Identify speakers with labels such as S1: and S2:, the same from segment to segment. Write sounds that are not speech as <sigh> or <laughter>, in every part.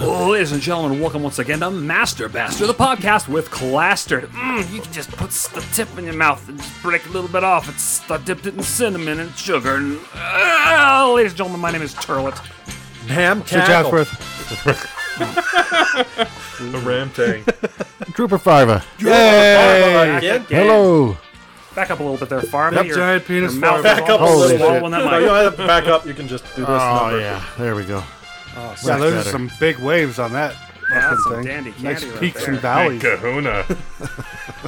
S1: Ladies and gentlemen, welcome once again to Master Baster, the podcast with Clastered. Mm, you can just put s- the tip in your mouth and just break a little bit off. It's I dipped it in cinnamon and sugar. And, Ah, ladies and gentlemen, my name is Turlet.
S2: Ham
S3: Sir
S2: tackle.
S3: Chatsworth,
S4: A ram tang.
S3: Trooper Farva.
S1: Yay!
S2: Again?
S5: Oh.
S3: Hello.
S1: Back up a little bit there, Farm.
S5: That giant penis
S1: mouth
S5: farm.
S1: is
S2: <laughs> Back up a
S1: almost
S2: little
S1: swallowing
S3: bit.
S1: that
S5: <laughs>
S4: No, you
S1: mic.
S4: don't
S1: <laughs>
S4: have to back up. You can just do this.
S3: Oh
S4: number.
S3: yeah, there we go.
S5: Yeah,
S3: Much
S5: those are
S3: better.
S5: some big waves on that
S1: Yeah,
S5: fucking
S1: that's some
S5: thing.
S1: dandy
S5: nice
S1: candy right
S5: peaks
S1: there.
S5: and valleys.
S4: <laughs> Kahuna.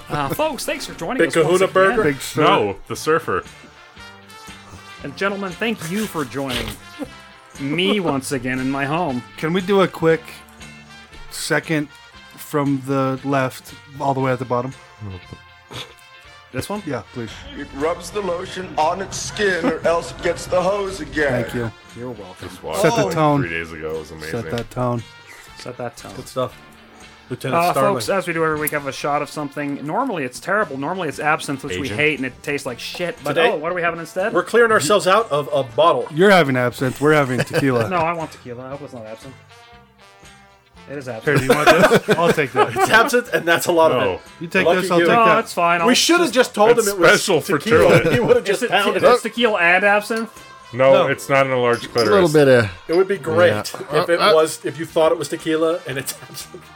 S1: Uh, folks, thanks for joining
S4: Big
S1: us. once
S4: kahuna
S1: again.
S4: burger?
S5: Big snow.
S4: No, the surfer.
S1: And gentlemen, thank you for joining me once again in my home.
S5: Can we do a quick second from the left all the way at the bottom?
S1: This one?
S5: Yeah, please.
S6: It rubs the lotion on its skin or else it gets the hose again.
S5: Thank you.
S1: You're welcome.
S4: Just watched
S5: Set the
S4: it
S5: tone.
S4: Three days ago, it was amazing.
S5: Set that tone.
S1: Set that tone.
S2: Good stuff. Lieutenant
S1: Uh,
S2: Starling.
S1: folks, as we do every week, I have a shot of something. Normally, it's terrible. Normally, it's absinthe, which we
S4: Agent.
S1: hate, and it tastes like shit. But
S2: Today-
S1: oh, what are we having instead?
S2: We're clearing ourselves out of a bottle.
S5: You're having absinthe.
S1: <laughs>
S5: We're having tequila.
S1: No, I want tequila. I hope it's not absinthe. It is
S5: Here,
S1: absinthe.
S5: do you want this? I'll take that.
S1: <laughs>
S2: It's absinthe, and that's a lot
S4: No.
S2: of
S5: You take
S2: Lucky
S5: this, I'll
S2: you.
S5: take
S1: no,
S5: that.
S1: it's
S5: <laughs>
S1: fine.
S2: it.
S1: I'll
S2: We should have just told
S4: It's
S2: him it was
S4: special for
S2: tequila. <laughs>
S4: Turlet.
S2: He would have
S1: Is
S2: just
S1: it,
S2: pounded
S1: if
S2: it.
S1: it's tequila and absinthe?
S4: No,
S2: No.
S4: it's not an enlarged
S3: A
S4: clitoris.
S3: little bit of.
S2: It would be great
S3: Yeah.
S2: if it
S3: Uh, uh.
S2: was if you thought it was tequila and it's absinthe.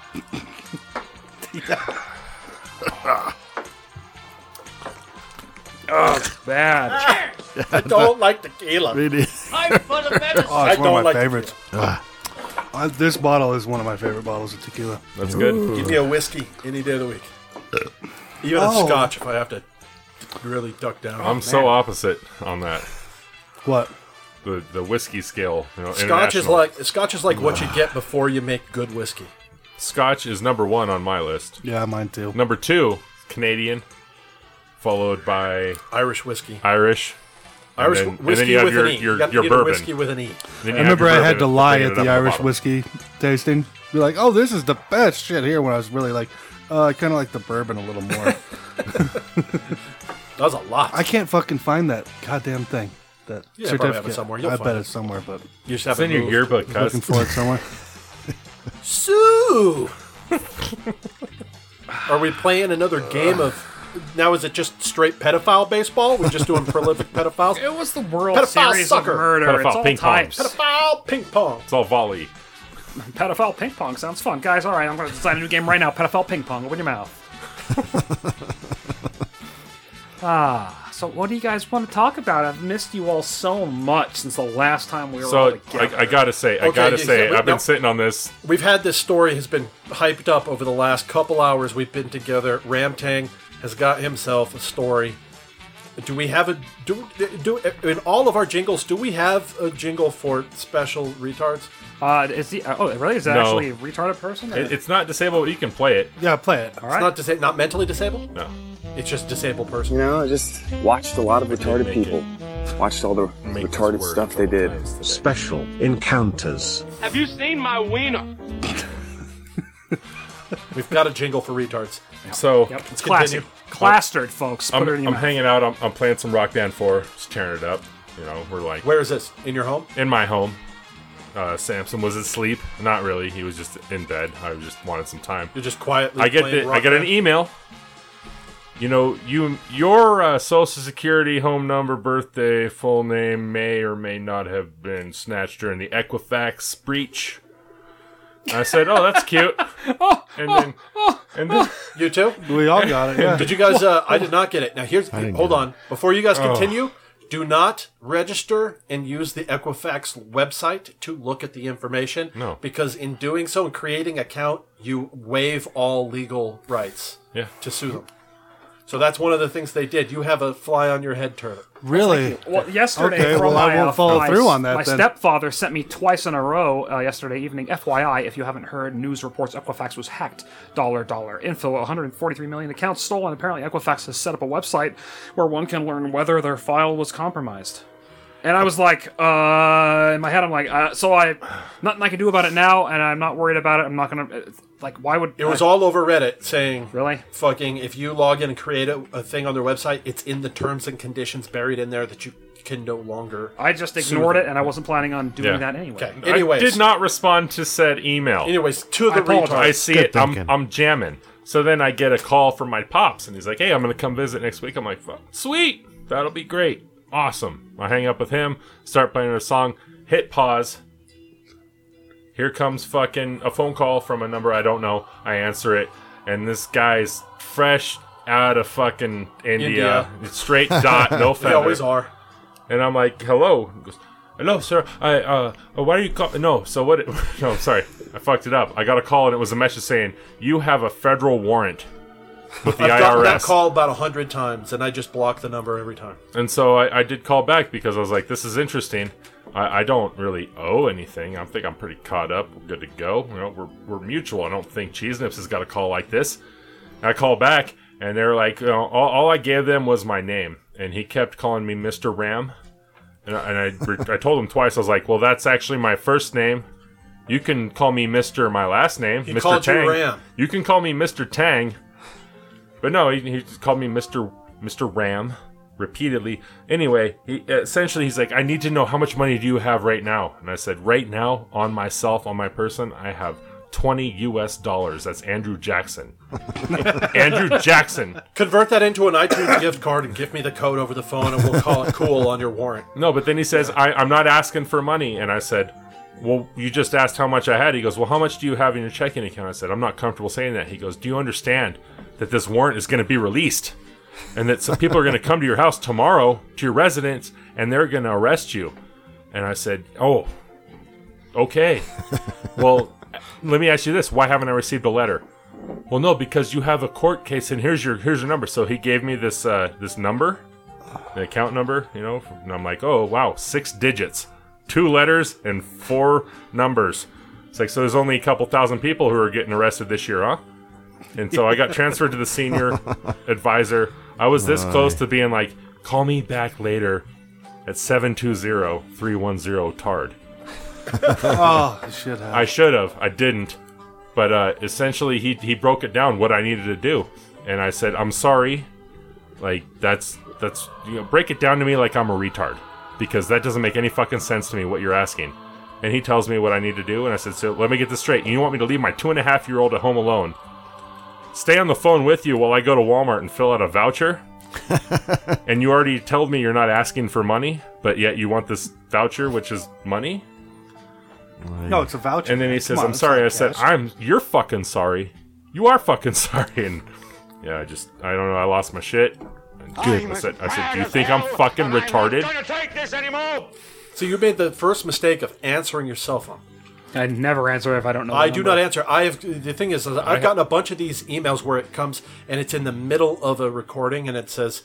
S1: Bad.
S2: <laughs> I don't like tequila.
S5: Oh, it's
S2: I
S5: one
S2: don't
S5: of my
S2: like
S5: favorites. Uh, this bottle is one of my favorite bottles of tequila.
S4: That's good.
S2: Give me a whiskey any day of the
S3: <laughs>
S2: week. Even a
S5: Oh.
S2: scotch if I have to really duck down.
S4: I'm so opposite on that.
S5: What?
S4: The the whiskey scale. You know,
S2: Scotch is
S4: international.
S2: like scotch is like what you get before you make good whiskey.
S4: Scotch is number one on my list.
S5: Yeah, mine too.
S4: Number two, Canadian, followed by
S2: Irish whiskey.
S4: Irish. and
S2: Irish
S4: then- and then
S2: whiskey
S4: you have
S2: with
S4: your-
S2: an E.
S4: your-
S2: you have
S4: your
S2: to get a
S4: bourbon.
S2: whiskey with an E.
S4: Then
S5: I
S4: you have
S5: remember
S4: your
S5: I
S4: bourbon
S5: had to
S4: and
S5: lie at
S4: bring it
S5: the
S4: up to
S5: Irish
S4: bottom.
S5: whiskey tasting. Be like, oh, this is the best shit here. When I was really like, uh, I kind of like the bourbon a
S2: <laughs>
S5: little more.
S2: That was a lot.
S5: I can't fucking find that goddamn thing. That
S2: Yeah, I probably have it
S5: certificate.
S2: somewhere. You'll
S5: I
S2: find
S5: bet
S2: it.
S5: it's somewhere, but
S2: you just have
S4: It's in your yearbook,
S5: looking
S4: cuz.
S5: for
S2: <laughs>
S5: it somewhere.
S2: Sue. Are we playing another game of? Now is it just straight pedophile baseball? We're just doing prolific pedophiles.
S1: It was the World
S2: Pedophile
S1: Series
S2: sucker.
S1: of Murder.
S4: Pedophile
S1: it's all
S4: ping pong.
S1: types.
S2: Pedophile ping pong.
S4: It's all volley.
S1: Pedophile ping pong sounds fun, guys. All right, I'm going to design a new game right now. Pedophile ping pong. Open your mouth. ah, so what do you guys want to talk about? I've missed you all so much since the last time we were all
S4: So
S1: together.
S4: I, I gotta say, I
S2: Oh, Okay,
S4: gotta
S2: yeah,
S4: say,
S2: so we-
S4: I've been
S2: no.
S4: sitting on this.
S2: We've had this story has been hyped up over the last couple hours. We've been together. Ramtang has got himself a story. Do we have a do do in all of our jingles? Do we have a jingle for special retards?
S1: Uh, is the uh, oh really? Is that
S4: No.
S1: actually a retarded person?
S4: It- It's not disabled. You can play it.
S5: Yeah, play it.
S1: all
S2: It's
S1: right.
S2: not disa- not mentally disabled.
S4: No.
S2: It's just disabled person.
S7: You know, I just watched a lot of retarded
S4: make
S7: people. Watched all the
S4: Make this
S7: retarded
S4: word
S7: stuff they
S4: a couple
S7: did.
S4: times today.
S8: Special Encounters.
S9: Have you seen my wiener?
S2: We've got a jingle for retards.
S4: So
S1: Yep, it's
S2: continue.
S1: classic. Clastered, folks. Put
S4: I'm,
S1: it in your
S4: I'm
S1: mouth.
S4: hanging out. I'm, I'm playing some Rock Band 4. Just tearing it up. You know, we're like
S2: Where is this? In your home?
S4: in my home. Uh, Samson was asleep. Not really. He was just in bed. I just wanted some time.
S2: You're just quietly.
S4: I get
S2: playing
S4: the,
S2: rock
S4: I get an e-
S2: band?
S4: email. You know, you your uh, social security home number, birthday, full name may or may not have been snatched during the Equifax breach. I said, "Oh,
S2: <laughs>
S4: that's cute."
S2: Oh,
S4: and then, and then,
S2: You too?
S5: We all
S2: <laughs>
S5: got it. Yeah.
S2: Did you guys? Uh, I did not get it. Now here's.
S3: didn't
S2: Hold
S3: get it.
S2: on. Before you guys continue, do not register and use the Equifax website to look at the information.
S4: No.
S2: Because in doing so and creating an account, you waive all legal rights
S4: yeah,
S2: to sue them. So that's one of the things they did. You have a fly on your head, turtle.
S5: really?
S1: Well, yesterday,
S5: Okay,
S1: from
S5: well, I
S1: my,
S5: won't
S1: uh,
S5: follow
S1: my-
S5: through on that
S1: My
S5: then.
S1: stepfather sent me twice in a row uh, yesterday evening. FYI, if you haven't heard, news reports Equifax was hacked. Dollar, dollar. Info: 143 million accounts stolen. Apparently, Equifax has set up a website where one can learn whether their file was compromised. And I was like, uh, in my head, I'm like, uh, so I, nothing I can do about it now, and I'm not worried about it. I'm not gonna, uh, like, why would
S2: It was all over Reddit saying,
S1: Really?
S2: fucking, if you log in and create a, a thing on their website, it's in the terms and conditions buried in there that you can no longer.
S1: I just ignored it, and I wasn't planning on doing
S4: Yeah.
S1: that anyway.
S2: Okay. Anyways,
S4: I did not respond to said email.
S2: Anyways, to the
S1: I apologize.
S4: I
S2: retards.
S4: see
S3: Good
S4: it. I'm,
S3: thinking.
S4: I'm jamming. So then I get a call from my pops, and he's like, "Hey, I'm gonna come visit next week." I'm like, "Fuck, "Sweet, that'll be great, awesome." I hang up with him, start playing a song, hit pause. Here comes fucking a phone call from a number I don't know. I answer it, and this guy's fresh out of fucking India, straight dot, no
S2: They
S4: feather.
S2: always are.
S4: And I'm like, hello. He goes, hello, sir. I, uh, uh, why are you call? No, so what? <laughs> no, sorry. I fucked it up. I got a call and it was a message saying, you have a federal warrant with
S2: <laughs>
S4: the
S2: I've gotten that
S4: IRS.
S2: call about a hundred times, and I just block the number every time.
S4: And so I, I did call back because I was like, this is interesting. I, I don't really owe anything. I think I'm pretty caught up. We're good to go. You know, we're, we're mutual. I don't think Cheese Nips has got a call like this. And I call back and they're like, you know, all, all I gave them was my name. And he kept calling me Mr. Ram. And I, and I, re- I told him twice, I was like, well, that's actually my first name. You can call me Mr. my last name.
S2: He
S4: Mr.
S2: called you
S4: Tang.
S2: Ram.
S4: You can call me Mr. Tang. But no, he, he just called me Mr. Mr. Ram repeatedly. Anyway, he, essentially, he's like, I need to know how much money do you have right now? And I said, right now, on myself, on my person, I have 20 US dollars. That's Andrew Jackson. Andrew Jackson.
S2: Convert that into an iTunes <coughs> gift card and give me the code over the phone, and we'll call it cool on your warrant.
S4: No, but then he says, I, I'm not asking for money. And I said, Well, you just asked how much I had. He goes, Well, how much do you have in your checking account? I said, I'm not comfortable saying that. He goes, Do you understand that this warrant is going to be released and that some people are going to come to your house tomorrow to your residence and they're going to arrest you? And I said, Oh, okay. well, let me ask you this why haven't I received a letter? Well, no, because you have a court case, and here's your here's your number. So he gave me this uh, this number, the account number, you know, and I'm like, oh wow, six digits, two letters and four numbers. It's like so there's only a couple thousand people who are getting arrested this year, huh? And so I got transferred to the senior advisor. I was this close to being like, call me back later at <laughs> 720-310-TARD.
S5: Oh, shit.
S4: I should have. I didn't. But uh, essentially, he he broke it down what I needed to do, and I said, "I'm sorry." Like that's that's you know, break it down to me like I'm a retard because that doesn't make any fucking sense to me what you're asking. And he tells me what I need to do, and I said, "So let me get this straight. You want me to leave my two and a half year old at home alone, stay on the phone with you while I go to Walmart and fill out a voucher?" and you already told me you're not asking for money, but yet you want this voucher, which is money.
S5: No, it's a voucher.
S4: And then he
S5: Come
S4: says,
S5: on,
S4: "I'm
S5: it's
S4: sorry."
S5: not
S4: I said,
S5: cash.
S4: "I'm you're fucking sorry. You are fucking <laughs> sorry." And yeah, I just I don't know. I lost my shit. And I said, "I said, do you think I'm fucking retarded?"
S2: So you made the first mistake of answering your cell phone.
S1: I never answer if I don't know.
S2: I
S1: the
S2: do
S1: number.
S2: not answer. I have the thing is, is I've gotten a bunch of these emails where it comes and it's in the middle of a recording and it says,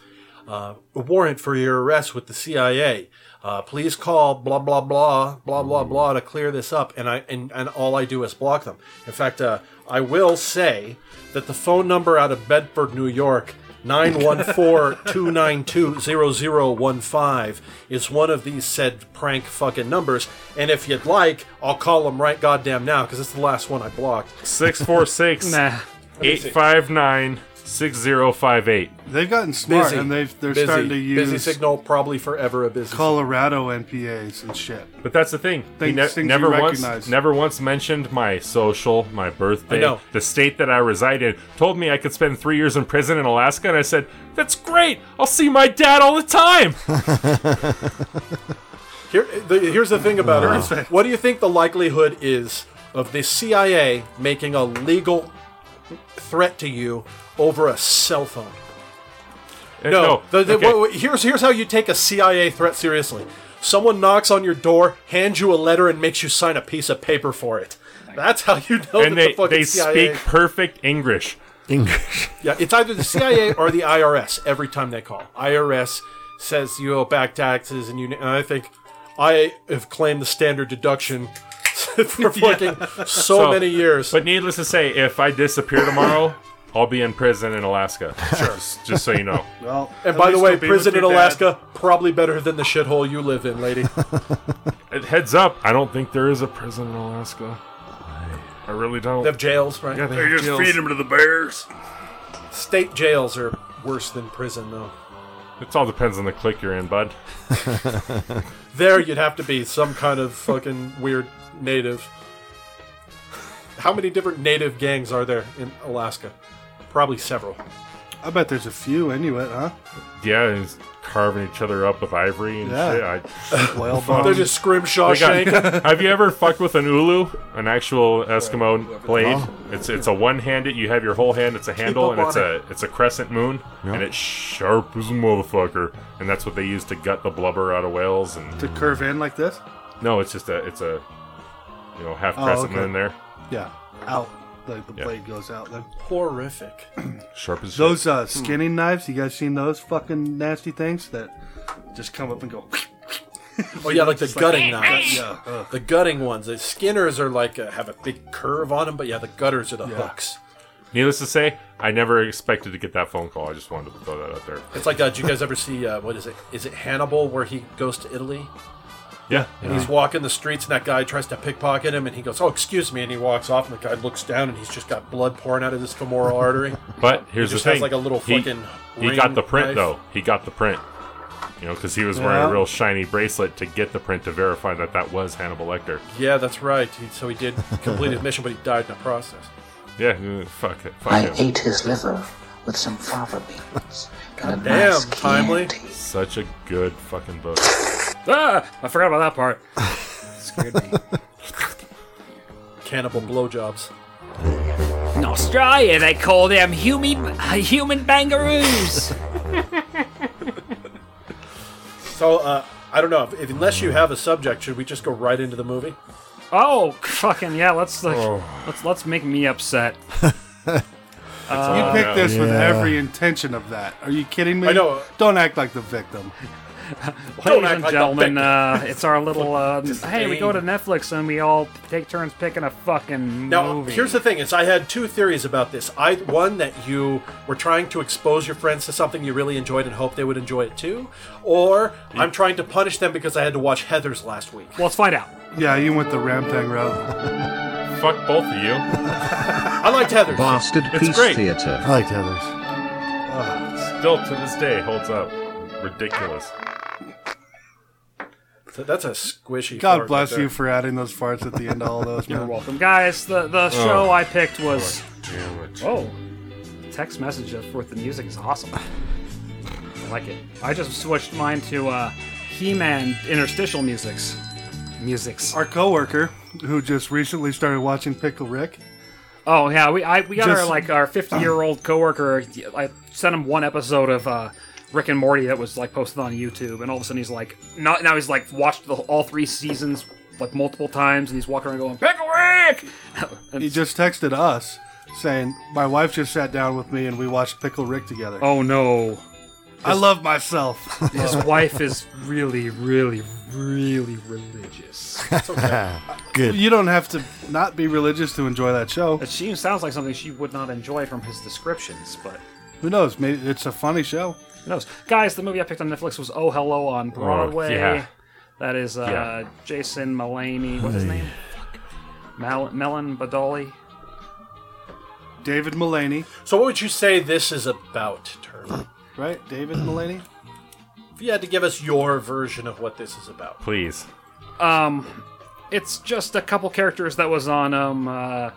S2: uh, "Warrant for your arrest with the CIA. Uh, please call blah blah blah blah
S1: Mm.
S2: blah blah to clear this up." And I and, and all I do is block them. In fact, uh, I will say that the phone number out of Bedford, New York. 914-292-0015 is one of these said prank fucking numbers and if you'd like i'll call them right goddamn now because it's the last one i blocked
S4: Six four
S1: <laughs>
S4: six
S1: Nah.
S4: eight five nine six zero five eight.
S5: They've gotten smart
S2: Busy.
S5: and they've, they're
S2: busy,
S5: starting to
S2: busy
S5: use
S2: signal probably forever a busy
S5: Colorado NPAs and shit.
S4: But that's the thing. He
S5: Things-
S4: ne-
S5: things you
S4: never once,
S5: recognize.
S4: never once mentioned my social, my birthday,
S2: I know.
S4: the state that I reside in. Told me I could spend three years in prison in Alaska, and I said, "That's great. I'll see my dad all the time." <laughs>
S2: Here, the, here's the thing about it <laughs> what do you think the likelihood is of the cia making a legal threat to you over a cell phone
S4: And
S2: No. the- the-
S4: okay.
S2: wait, wait, here's here's how you take a CIA threat seriously. Someone knocks on your door, hands you a letter, and makes you sign a piece of paper for it. That's how you know that
S4: and they,
S2: the fucking
S4: they
S2: CIA.
S4: speak perfect English.
S3: English.
S2: Yeah, it's either the CIA or the IRS every time they call. IRS says you owe back taxes, and you. And I think I have claimed the standard deduction <laughs>
S4: <laughs>
S2: for fucking so,
S4: So-
S2: many years.
S4: But needless to say, if I disappear tomorrow, I'll be in prison in Alaska. Sure. Just so you know.
S5: Well,
S2: and
S5: at
S2: by the
S5: least
S2: way,
S5: they'll be with
S2: prison in
S5: your dad.
S2: Alaska probably better than the shithole you live in, lady.
S4: Uh, Heads up, I don't think there is a prison in Alaska. I really don't.
S2: They have jails, right?
S4: Yeah, they just feed him to the bears.
S2: State jails are worse than prison, though.
S4: It all depends on the clique you're in, bud.
S2: There, you'd have to be some kind of <laughs> fucking weird native. How many different native gangs are there in Alaska? Probably several.
S5: I bet there's a few Inuit, huh?
S4: Yeah, and it's carving each other up with ivory and
S5: Yeah.
S4: shit. I,
S5: Whale
S2: They're
S5: bones.
S2: just scrimshaw
S4: They got-
S2: shank.
S4: <laughs> have you ever fucked with an ulu, an actual Eskimo blade? It's it's a one-handed. You have your whole hand. It's a handle, and
S2: up
S4: it's
S2: on
S4: a it's a crescent moon, and it's sharp as a motherfucker. And that's what they use to gut the blubber out of whales. And
S5: to curve in like this.
S4: no, it's just a it's a you know half crescent
S5: okay.
S4: moon there,
S5: Yeah, out. Like the blade goes out. Then
S2: Horrific.
S4: sharp as
S5: those uh, skinning knives. You guys seen those fucking nasty things that just come up and go?
S2: Oh yeah, like the <laughs> gutting knives.
S5: yeah. uh. ugh.
S2: The gutting ones. The skinners are like uh, have a big curve on them, but yeah, the gutters are the hooks.
S4: shit. Needless to say, I never expected to get that phone call. I just wanted to throw that out there.
S2: It's like, uh, did you guys ever see uh, what is it? Is it Hannibal where he goes to Italy
S4: Yeah,
S2: and he's walking the streets and that guy tries to pickpocket him and he goes, "Oh, excuse me," and he walks off and the guy looks down and he's just got blood pouring out of his femoral artery.
S4: But here's
S2: just
S4: the thing:
S2: has, like, a little
S4: he,
S2: fucking
S4: he got
S2: ring
S4: the print
S2: knife.
S4: though. He got the print. You know, because he was wearing
S5: Yeah.
S4: a real shiny bracelet to get the print to verify that that was Hannibal Lecter.
S2: Yeah, that's right. He, so he did complete his mission, but he died in the process.
S4: Yeah, uh, fuck it, fuck
S10: I
S4: him.
S10: ate his liver with some fava beans and a
S2: Damn,
S10: nice
S2: timely.
S10: Chianti.
S4: Such a good fucking book.
S1: Ah, I forgot about that part. Scared me.
S2: Cannibal blowjobs.
S1: In Australia, they call them human human bangaroos.
S2: So uh, I don't know if, if unless you have a subject, should we just go right into the movie?
S1: oh, fucking yeah! Let's like,
S2: Oh.
S1: let's let's make me upset.
S5: You picked
S4: Oh, yeah.
S5: this with
S3: Yeah.
S5: every intention of that. Are you kidding me?
S2: I know.
S5: Don't act like the victim.
S1: Ladies
S2: act
S1: and
S2: like the
S1: gentlemen,
S2: victim.
S1: uh, it's our
S2: <laughs>
S1: little uh, hey. We
S2: aim.
S1: go to Netflix and we all take turns picking a fucking
S2: Now,
S1: movie.
S2: here's the thing: is I had two theories about this. I one that you were trying to expose your friends to something you really enjoyed and hope they would enjoy it too, or I'm trying to punish them because I had to watch Heather's last week.
S1: well, let's find out.
S5: Yeah, you went the Ramtang route.
S4: fuck both of you.
S2: I liked Heather's.
S8: Bastard
S4: It's
S8: Peace
S4: great.
S8: Theater.
S3: I liked Heather's.
S4: Still to this day holds up. Ridiculous.
S2: So that's a squishy.
S5: God
S2: fart
S5: bless
S2: right there.
S5: you for adding those farts at the end of all those.
S1: You're
S5: man.
S1: welcome, guys. The
S2: Oh.
S1: the show I picked was
S4: Damn it.
S1: oh, text message with the music is awesome. I like it. I just switched mine to uh, He-Man interstitial musics. Musics.
S5: Our coworker, who just recently started watching Pickle Rick,
S1: Oh yeah, we I, we got our
S5: Just-
S1: like our fifty year old coworker. I sent him one episode of uh, Rick and Morty that was like posted on YouTube, and all of a sudden he's like, not, now he's like watched the, all three seasons like multiple times, and he's walking around going pickle Rick.
S5: he just texted us saying, "My wife just sat down with me and we watched Pickle Rick together.
S1: oh no,
S5: I love myself."
S1: his <laughs> wife is really, really, really religious. <laughs>
S5: You don't have to not be religious to enjoy that show.
S1: It seems sounds like something she would not enjoy from his descriptions, but
S5: Who knows? Maybe it's a funny show.
S1: who knows? Guys, the movie I picked on Netflix was Oh Hello on Broadway.
S4: yeah.
S1: That is uh,
S4: Yeah.
S1: Jason Mullaney. What's his name? Mal- Melon Badoli.
S5: David Mullaney,
S2: So, what would you say this is about, Turner?
S5: right? David Mullaney.
S2: If you had to give us your version of what this is about,
S4: Please.
S1: Um, it's just a couple characters that was on um, uh,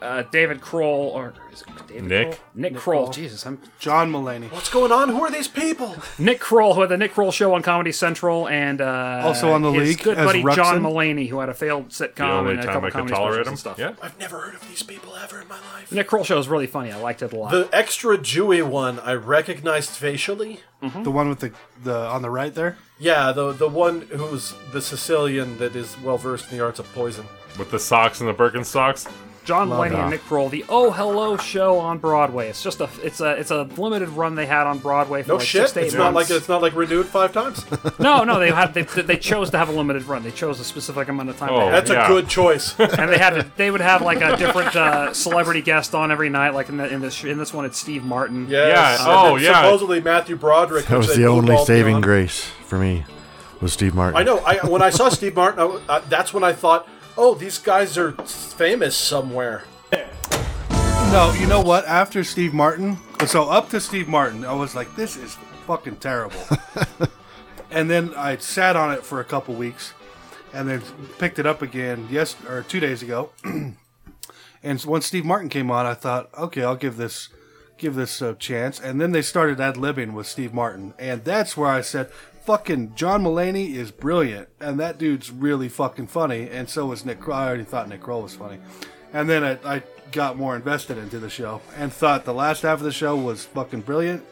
S1: uh, David Kroll or is it David
S4: Nick?
S1: Kroll? Nick, Kroll. Jesus, I'm
S5: John Mullaney.
S2: what's going on? Who are these people?
S1: Nick Kroll, who had the Nick Kroll show on Comedy Central, and uh,
S5: Also on The
S1: his
S5: League
S1: good
S5: as
S1: buddy John
S5: Ruxin.
S1: Mullaney, who had a failed
S4: The
S1: sitcom
S4: only
S1: and a
S4: time
S1: couple
S4: I can
S1: comedy specials
S4: tolerate him.
S1: and stuff.
S4: Yeah.
S2: I've never heard of these people ever in my life.
S1: The Nick Kroll show is really funny. I liked it a lot.
S2: The extra Jewy one I recognized facially.
S5: The one with the, the on the right there.
S2: Yeah, the the one who's the Sicilian that is well versed in the arts of poison.
S4: With the socks and the Birkenstocks.
S1: John Mulaney and Nick Kroll, the Oh Hello show on Broadway. It's just a it's a it's a limited run they had on Broadway for
S2: No
S1: like
S2: shit,
S1: six
S2: it's
S1: to eight
S2: not like
S1: months.
S2: it's not like renewed five <laughs> times.
S1: No, no, they had they, they chose to have a limited run. They chose a specific amount of time.
S4: Oh.
S1: They had.
S2: That's
S4: Yeah.
S2: a good <laughs> choice.
S1: and they had to, they would have like a different uh, celebrity guest on every night. Like in the, in this in this one, it's Steve Martin.
S2: Yes.
S4: Yeah,
S2: and
S4: oh,
S2: then
S4: yeah.
S2: Supposedly Matthew Broderick.
S3: That
S2: which
S3: was
S2: they
S3: the
S2: moved
S3: only
S2: all
S3: saving
S2: beyond.
S3: grace for me was Steve Martin.
S2: I know. I when I saw Steve Martin, I w uh, that's when I thought, oh, these guys are famous somewhere.
S5: No, you know what? After Steve Martin, so up to Steve Martin, I was like, this is fucking terrible. and then I sat on it for a couple weeks, and then picked it up again yes or two days ago. <clears throat> and once Steve Martin came on, I thought, okay, I'll give this give this a chance. And then they started ad libbing with Steve Martin, and that's where I said. Fucking John Mulaney is brilliant, and that dude's really fucking funny, and so is Nick. Kroll. I already thought Nick Kroll was funny, and then I, I got more invested into the show and thought the last half of the show was fucking brilliant.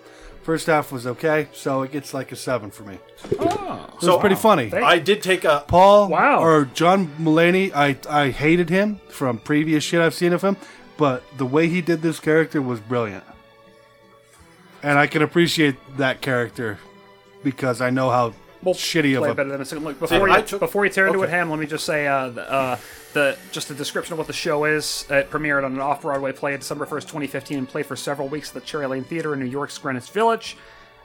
S5: First half was okay, so it gets like a seven for me.
S1: Oh.
S5: it was pretty funny.
S2: uh, I did take a.
S5: Paul
S1: Wow.
S5: or John Mulaney, I, I hated him from previous shit I've seen of him, but the way he did this character was brilliant. And I can appreciate that character because I know how shitty
S1: play
S5: of
S1: better
S5: a.
S1: than a second. Look, before
S2: I
S1: you,
S2: took-
S1: before you tear into
S2: okay.
S1: it, Ham, let me just say uh, the, uh, the just the description of what the show is. It premiered on an off Broadway play December 1st, 2015, and played for several weeks at the Cherry Lane Theater in New York's Greenwich Village.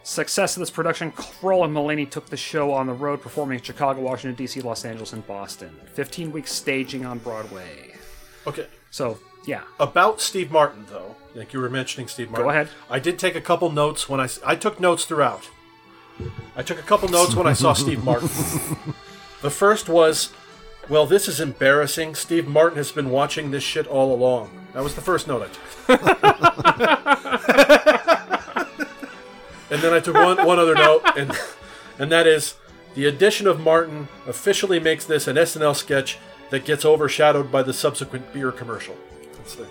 S1: Success of this production, Kroll and Mulaney took the show on the road, performing in Chicago, Washington, D.C., Los Angeles, and Boston. 15 weeks staging on Broadway.
S2: Okay.
S1: So, yeah.
S2: About Steve Martin, though, like you were mentioning Steve Martin.
S1: ahead.
S2: I did take a couple notes when I. s- I took notes throughout. I took a couple notes when I saw Steve Martin. The first was, well, this is embarrassing. Steve Martin has been watching this shit all along. That was the first note I took. and then I took one, one other note, and, and that is the addition of Martin officially makes this an SNL sketch that gets overshadowed by the subsequent beer commercial. That's the-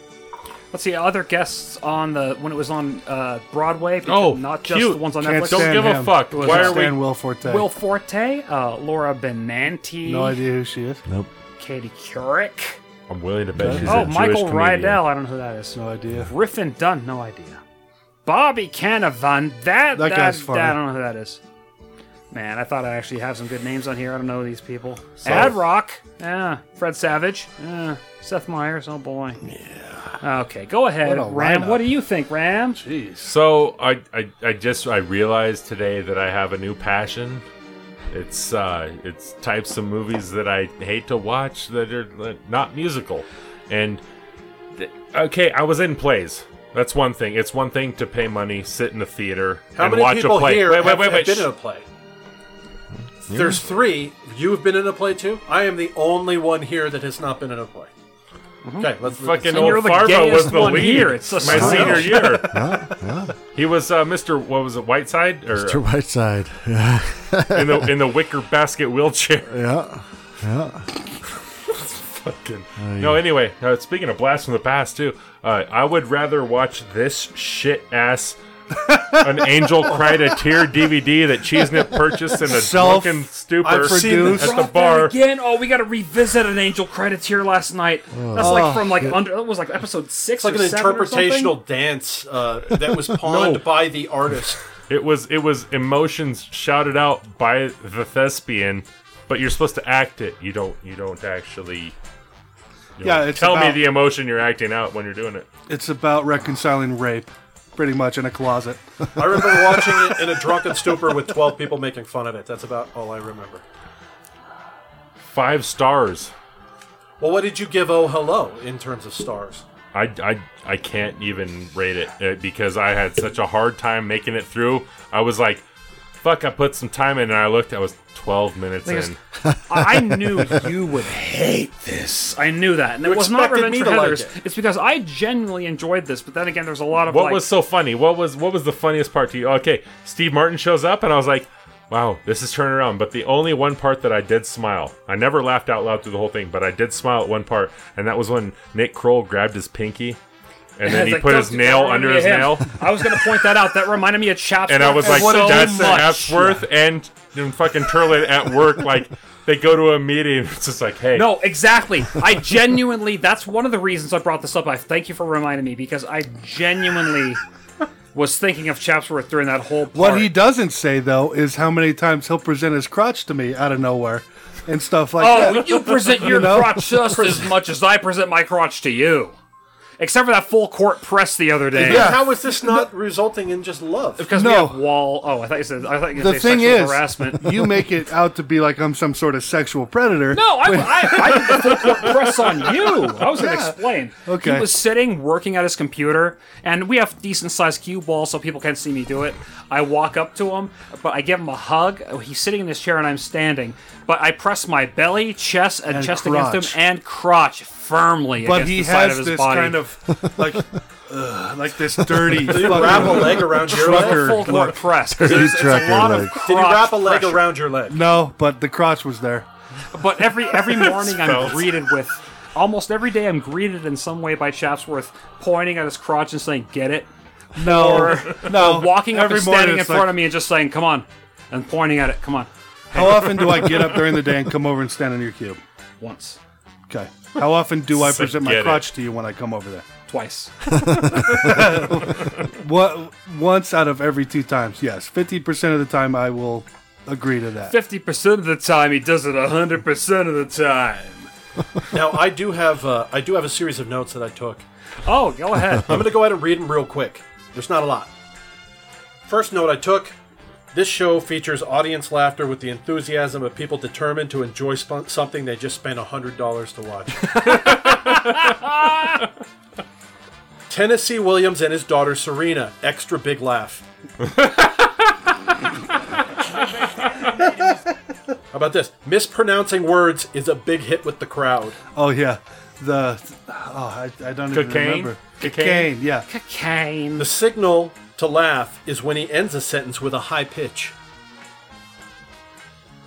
S1: Let's see other guests on the when it was on uh, Broadway.
S4: Oh,
S1: not just
S4: cute.
S1: the ones on
S5: Can't
S1: Netflix.
S4: Don't
S5: stand
S4: give a
S5: him.
S4: fuck.
S5: Can't
S4: Why are we-
S5: stand Will Forte?
S1: Will Forte, uh, Laura Benanti,
S5: no idea who she is.
S3: Nope. <laughs>
S1: Katie Couric.
S4: I'm willing to bet she's
S1: Oh,
S4: a
S1: Michael
S4: Jewish comedian.
S1: Rydell. I don't know who that is.
S5: No idea.
S1: Griffin Dunn. No idea. Bobby Canavan. That,
S5: That guy's funny.
S1: I don't know who that is. Man, I thought I actually have some good names on here. I don't know these people. Ad Rock. Yeah. Fred Savage. Yeah. Seth Meyers. Oh, boy. Yeah. Okay, go ahead,
S5: What a
S1: Ram.
S5: lineup.
S1: What do you think, Ram?
S4: So I, I I just I realized today that I have a new passion. It's uh it's types of movies that I hate to watch that are that- not musical. And th- okay, I was in plays. That's one thing. It's one thing to pay money, sit in the theater,
S2: How
S4: and
S2: many
S4: watch
S2: people
S4: a play.
S2: here
S4: wait, wait,
S2: have,
S4: wait,
S2: have
S4: wait.
S2: been
S4: shh.
S2: in a play? There's three. You've been in a play too. I am the only one here that has not been in a play. Okay, let's
S4: Mm-hmm. Fucking <laughs>
S2: let's-
S1: you're
S4: old
S1: the
S4: Fargo
S1: gayest
S4: was the
S1: one
S4: lead.
S1: here. It's a
S4: my
S1: smile. <laughs>
S4: senior year.
S3: Yeah, yeah.
S4: He was uh, Mr. What was it, Whiteside, or
S3: Mr.
S2: <laughs>
S3: Whiteside. Yeah,
S4: in the in the wicker basket wheelchair.
S3: yeah, yeah.
S4: Fucking. No, anyway, uh, speaking of Blast from the Past, too, uh, I would rather watch this shit ass An Angel Cried a Tear DVD that Cheesenip purchased in a
S5: Self-
S4: drunken stupor
S2: I've seen
S4: at
S2: this.
S4: the
S1: Brought that
S4: bar.
S1: again. Oh, we got to revisit an angel credits here last night. That's like from like under. That was like episode six.
S2: It's like
S1: or
S2: an
S1: seven or something.
S2: interpretational dance uh, that
S4: <laughs>
S2: was pawned by the artist.
S4: It was it was emotions shouted out by the thespian, but you're supposed to act it. You don't you don't actually. you
S5: Yeah,
S4: don't
S5: it's
S4: tell
S5: about-
S4: me the emotion you're acting out when you're doing it.
S5: It's about reconciling rape, pretty much in
S1: <laughs>
S5: a closet.
S2: I remember watching it in a drunken stupor with 12 people making fun of it. That's about all I remember.
S4: Five stars.
S2: Well, what did you give Oh Hello in terms of stars?
S4: I, I, I can't even rate it uh, because I had such a hard time making it through. I was like, fuck, I put some time in and I looked, I was 12 minutes
S1: They just-
S4: in.
S1: I I knew you would hate this. I knew that, and it was not
S2: expected
S1: revenge
S2: me
S1: for
S2: to like
S1: Heather's.
S2: it.
S1: It's because I genuinely enjoyed this, but then again, there's a lot of
S4: What
S1: like, <laughs>
S4: was so funny? What was what was the funniest part to you? Okay, Steve Martin shows up and I was like, wow, this is turning around. But the only one part that I did smile, I never laughed out loud through the whole thing, but I did smile at one part, and that was when Nick Kroll grabbed his pinky
S1: <laughs>
S4: and then
S1: It's
S4: he
S1: like,
S4: put
S1: don't
S4: his
S1: do-
S4: nail
S1: don't
S4: under
S1: remind
S4: his
S1: me of him. <laughs>
S4: nail.
S1: I was gonna point that out. That reminded me of Chaps.
S4: and I was like,
S1: so
S4: that's the
S1: much.
S4: Hapsworth and, and fucking Turlin at work. Like, they go to a meeting. <laughs> It's just like, hey,
S1: No, exactly. I genuinely. That's one of the reasons I brought this up. I thank you for reminding me because I genuinely was thinking of Chapsworth during that whole. Part.
S5: What he doesn't say though is how many times he'll present his crotch to me out of nowhere and stuff like
S1: Oh,
S5: that. <laughs>
S1: you present your
S5: know?
S1: crotch just as much as I present my crotch to you. except for that full court press the other day.
S2: Yeah. How is this not resulting in just love?
S1: Because we
S5: No.
S1: have wall. Oh, I thought you said. I thought you
S5: The
S1: said
S5: thing
S1: sexual
S5: is- <laughs>
S1: harassment.
S5: You make it out to be like I'm some sort of sexual predator.
S1: No, I, I, <laughs> I did the full court press on you. I was going to explain.
S5: Okay.
S1: He was sitting working at his computer, and we have decent sized cue balls so people can see me do it. I walk up to him, but I give him a hug. He's sitting in his chair, and I'm standing. But I press my belly, chest, and,
S5: And
S1: chest
S5: crotch.
S1: against him, and crotch firmly
S5: but
S1: against
S5: he
S1: the side
S5: has
S1: of his
S5: this
S1: body.
S5: kind of like, <laughs> ugh, like
S1: <laughs>
S5: this dirty.
S2: Did he
S5: fucking-
S2: wrap a leg around your
S1: Full
S2: leg?
S5: Trucker.
S1: court
S5: <laughs>
S1: press.
S3: Dirty
S1: It's, it's a
S3: trucker
S1: lot
S3: leg.
S1: of
S3: Did
S1: crotch
S2: Did he wrap a leg
S1: pressure.
S2: around your leg?
S5: No, but the crotch was there.
S1: But every <laughs> every morning I'm greeted with almost every day I'm greeted in some way by Chatsworth pointing at his crotch and saying, "Get it."
S5: No, no.
S1: Walking up
S5: Oh. every
S1: and
S5: morning
S1: standing in
S5: it's
S1: front
S5: like,
S1: of me and just saying, "Come on," and pointing at it. Come on,
S5: How often do I get up during the day and come over and stand on your cube?
S1: once,
S5: Okay. How often do I
S4: <laughs> So
S5: present my
S4: get it.
S5: crotch to you when I come over there?
S1: twice.
S5: What once out of every two times? Yes, fifty percent of the time I will agree to that.
S1: Fifty percent of the time he does it. hundred percent of the time.
S2: Now I do have uh, I do have a series of notes that I took.
S1: Oh, go ahead.
S2: <laughs> I'm going to go ahead and read them real quick. There's not a lot. First note I took this show features audience laughter with the enthusiasm of people determined to enjoy sp- something they just spent $100 to watch. <laughs> Tennessee Williams and his daughter Serena, extra big laugh. <laughs> How about this? Mispronouncing words is a big hit with the crowd.
S5: Oh yeah, the oh I, I don't even
S4: Cocaine?
S5: remember.
S4: Cocaine?
S5: yeah.
S1: Cocaine.
S2: The signal to laugh is when he ends a sentence with a high pitch.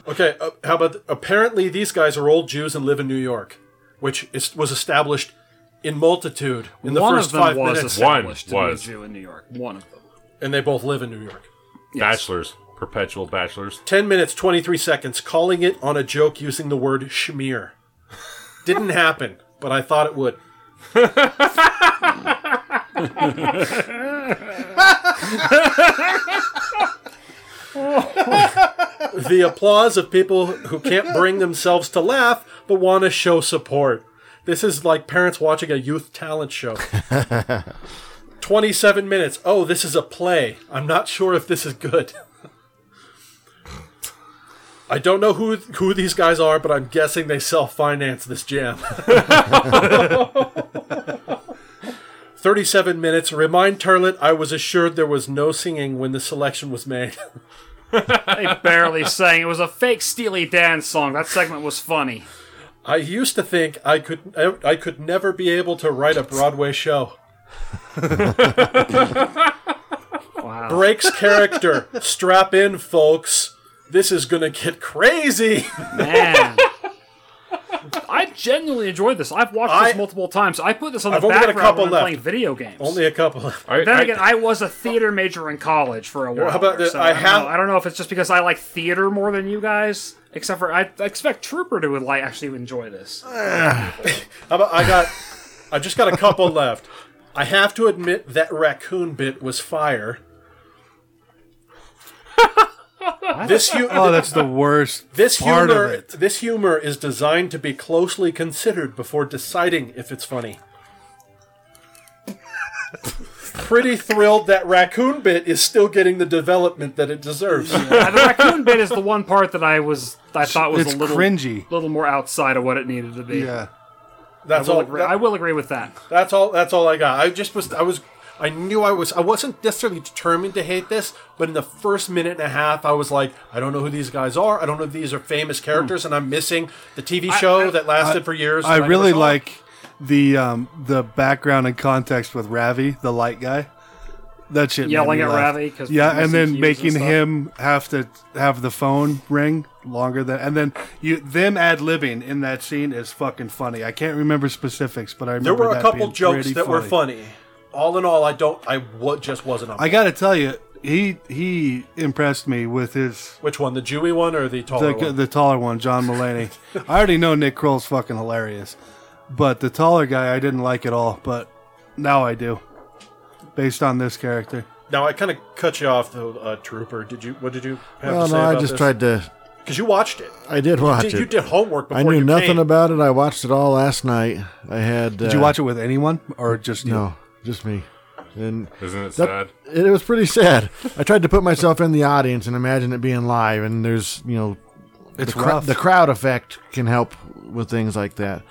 S2: Okay, uh, how about apparently these guys are old Jews and live in New York, which is, was established in multitude in the
S1: One
S2: first
S1: of them
S2: five
S1: was
S2: minutes,
S1: established
S4: One
S1: to be a
S4: was.
S1: Jew in New York. One of them.
S2: and they both live in New York.
S4: Bachelors. Perpetual bachelors.
S2: Ten minutes, twenty-three seconds, calling it on a joke using the word schmear. Didn't happen, but I thought it would. the applause of people who can't bring themselves to laugh but want to show support. This is like parents watching a youth talent show. 27 minutes. Oh, this is a play. I'm not sure if this is good. I don't know who who these guys are, but I'm guessing they self-finance this jam. <laughs> 37 minutes. Remind Turlet I was assured there was no singing when the selection was made. <laughs>
S1: They barely <laughs> sang. It was a fake Steely Dan song. That segment was funny.
S2: I used to think I could I, I could never be able to write a Broadway show.
S1: Wow.
S2: Breaks character. Strap in, folks. This is gonna get crazy. <laughs>
S1: Man. I genuinely enjoyed this. I've watched
S2: I-
S1: this multiple times. I put this on
S2: I've
S1: the
S2: only got a
S1: background
S2: couple
S1: when I'm
S2: left.
S1: playing video games.
S2: Only a couple.
S4: I,
S1: then
S4: I-
S1: again, I was a theater major in college for a while.
S2: how about
S1: there,
S2: the-
S1: so
S2: I
S1: I, don't
S2: have-
S1: know, I don't know if it's just because I like theater more than you guys. Except for I, I expect Trooper to like actually enjoy this.
S2: How about I got I just got a couple left. I have to admit that raccoon bit was fire. this hu-
S5: Oh, that's the worst
S2: this
S5: part
S2: humor
S5: of it.
S2: this humor is designed to be closely considered before deciding if it's funny. Pretty thrilled that raccoon bit is still getting the development that it deserves.
S1: Uh, the raccoon bit is the one part that I was I thought was
S5: It's
S1: a little
S5: cringy.
S1: little more outside of what it needed to be.
S5: Yeah.
S2: That's
S1: I will,
S2: all.
S1: agree,
S2: that-
S1: I will agree with that.
S2: That's all. That's all I got. I just was. I was. I knew I was. I wasn't necessarily determined to hate this, but in the first minute and a half, I was like, I don't know who these guys are. I don't know if these are famous characters, and I'm missing the TV show that lasted for years.
S5: I
S2: and never
S5: really
S2: saw.
S5: like the um, the background and context with Ravi, the light guy. That shit made
S1: Yelling
S5: me
S1: at
S5: laugh.
S1: Ravi 'cause
S5: yeah,
S1: we're missing
S5: and then
S1: cues
S5: making
S1: and stuff.
S5: him have to have the phone ring longer than, and then you them ad libbing in that scene is fucking funny. I can't remember specifics, but I remember
S2: There were a
S5: that
S2: couple
S5: being
S2: jokes
S5: pretty
S2: that were funny. All in all, I don't. I w- just wasn't. on
S5: I gotta tell you, he he impressed me with his
S2: Which one, the Jewy one or the taller
S5: the,
S2: one?
S5: the taller one, John Mulaney. I already know Nick Kroll's fucking hilarious, but the taller guy I didn't like at all. But now I do, based on this character.
S2: now I kind of cut you off, though, uh, Trooper. Did you? What did you have
S3: Well,
S2: to say
S3: Oh, no, I
S2: about
S3: just
S2: this?
S3: tried to
S2: because you watched it.
S3: I did watch
S2: Did-
S3: it.
S2: you did homework before
S3: I knew
S2: you
S3: nothing
S2: came.
S3: about it. I watched it all last night. I had. uh,
S5: Did you watch it with anyone or just you?
S3: No, just me. And
S4: Isn't it sad?
S3: that- it was pretty <laughs> sad. I tried to put myself in the audience and imagine it being live, and there's you know
S5: It's
S3: the, crowd-
S5: rough.
S3: the crowd effect can help with things like that.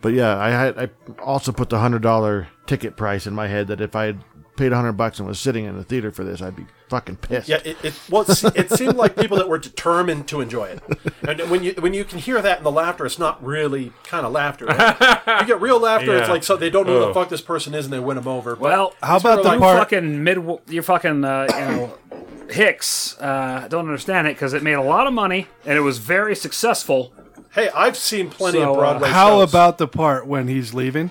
S3: But yeah, I had I also put the hundred dollar ticket price in my head that if I had paid hundred bucks and was sitting in the theater for this, I'd be fucking pissed.
S2: Yeah, it, it well, it, se- it seemed like people that were determined to enjoy it, and when you when you can hear that in the laughter, it's not really kind of laughter. right? you get real laughter.
S1: <laughs>
S2: It's
S4: Yeah.
S2: like so they don't know who the
S4: Ugh.
S2: fuck this person is, and they win them over. But
S1: Well,
S5: How
S2: It's
S5: about the
S2: really
S1: your
S5: part?
S1: fucking mid, your fucking uh, you know, Hicks uh, don't understand it because it made a lot of money and it was very successful.
S2: hey, I've seen plenty
S1: So, uh,
S2: of Broadway.
S5: How
S2: shows.
S5: about the part when he's leaving,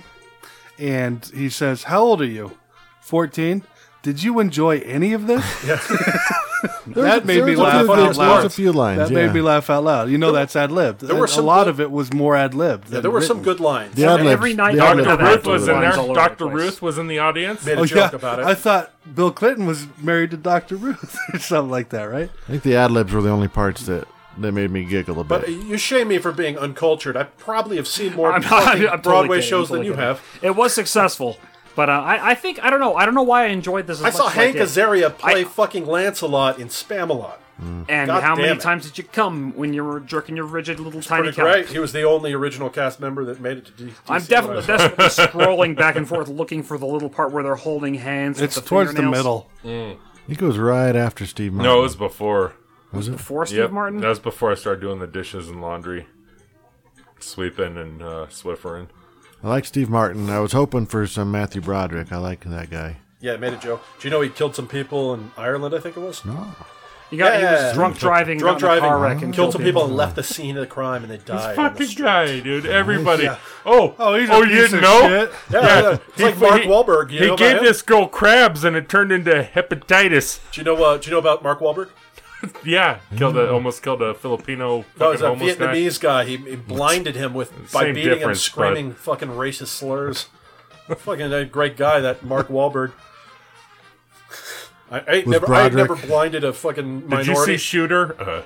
S5: and he says, "How old are you? 14? Did you enjoy any of this?" <laughs> that made me
S3: There's a
S5: laugh
S3: few-
S5: out
S3: there's- there's a
S5: loud.
S3: few lines.
S5: That
S3: yeah.
S5: made me laugh out loud. You know that's ad libbed. There
S2: were
S5: were a
S2: some
S5: lot
S2: good-
S5: of it was more ad libbed.
S2: Yeah, there were some good lines.
S3: The ad-libs-
S1: Every night
S3: the
S1: Dr.
S3: ad-libs
S1: Ruth
S4: Dr.
S3: were
S4: Ruth
S1: Apple
S4: was
S1: was
S4: in
S1: all
S4: there.
S1: over the
S4: Dr.
S1: place.
S4: Ruth was in the audience.
S2: Made a
S5: Oh
S2: joke
S5: yeah,
S2: about it.
S5: I thought Bill Clinton was married to Dr. Ruth <laughs> or something like that, right?
S3: I think the ad libs were the only parts that that made me giggle a bit.
S2: But you shame me for being uncultured. I probably have seen more
S1: I'm not, I'm
S2: fucking
S1: totally
S2: Broadway
S1: kidding,
S2: shows
S1: I'm totally
S2: than you
S1: kidding.
S2: have.
S1: It was successful, but uh, I, I think I don't know. I don't know why I enjoyed this. As
S2: I
S1: much
S2: saw
S1: as
S2: Hank
S1: did.
S2: Azaria play
S1: I-
S2: fucking Lancelot in Spamalot.
S1: And
S2: God
S1: how
S2: damn
S1: many
S2: it.
S1: times did you come when you were jerking your rigid little tiny
S2: Pretty
S1: cow?
S2: great. He was the only original cast member that made it to D- DC.
S1: I'm definitely desperately scrolling back and forth, looking for the little part where they're holding hands. with
S5: It's towards the
S1: fingernails.
S5: middle.
S3: I think it was right after Steve Martin.
S4: No, it was before.
S1: before Steve
S4: Yep,
S1: Martin.
S4: That was before I started doing the dishes and laundry, sweeping and uh, swiffering.
S3: I like Steve Martin. I was hoping for some Matthew Broderick. I like that guy.
S2: Yeah, made a joke. Do you know he killed some people in Ireland? I think it was.
S1: You got he
S2: Yeah.
S1: was drunk driving,
S2: Drunk
S1: drunk
S2: driving,
S1: a car wreck, and
S2: killed some people and left the scene of the crime, and they died. on the
S4: Fucking
S2: street.
S4: guy, dude. Everybody. Oh, oh,
S5: he's a
S4: you
S5: piece
S4: didn't
S5: of
S4: know?
S5: shit.
S2: Yeah, yeah. It's like Mark Wahlberg. You
S4: he
S2: know about
S4: gave
S2: him?
S4: this girl crabs and it turned into hepatitis.
S2: Do you know? Uh, do you know about Mark Wahlberg?
S4: Yeah, killed a, almost killed a Filipino fucking
S11: Oh,
S2: No, he's a
S4: homeless guy.
S2: Vietnamese guy. He, he blinded him with by
S4: Same
S2: beating him,
S4: difference, but-
S2: screaming fucking racist slurs. fucking a great guy, that Mark Wahlberg. I, I ain't
S3: Was
S2: never, I ain't
S3: Broderick-
S2: never blinded a fucking
S4: Did you
S2: minority.
S4: see Shooter? Uh,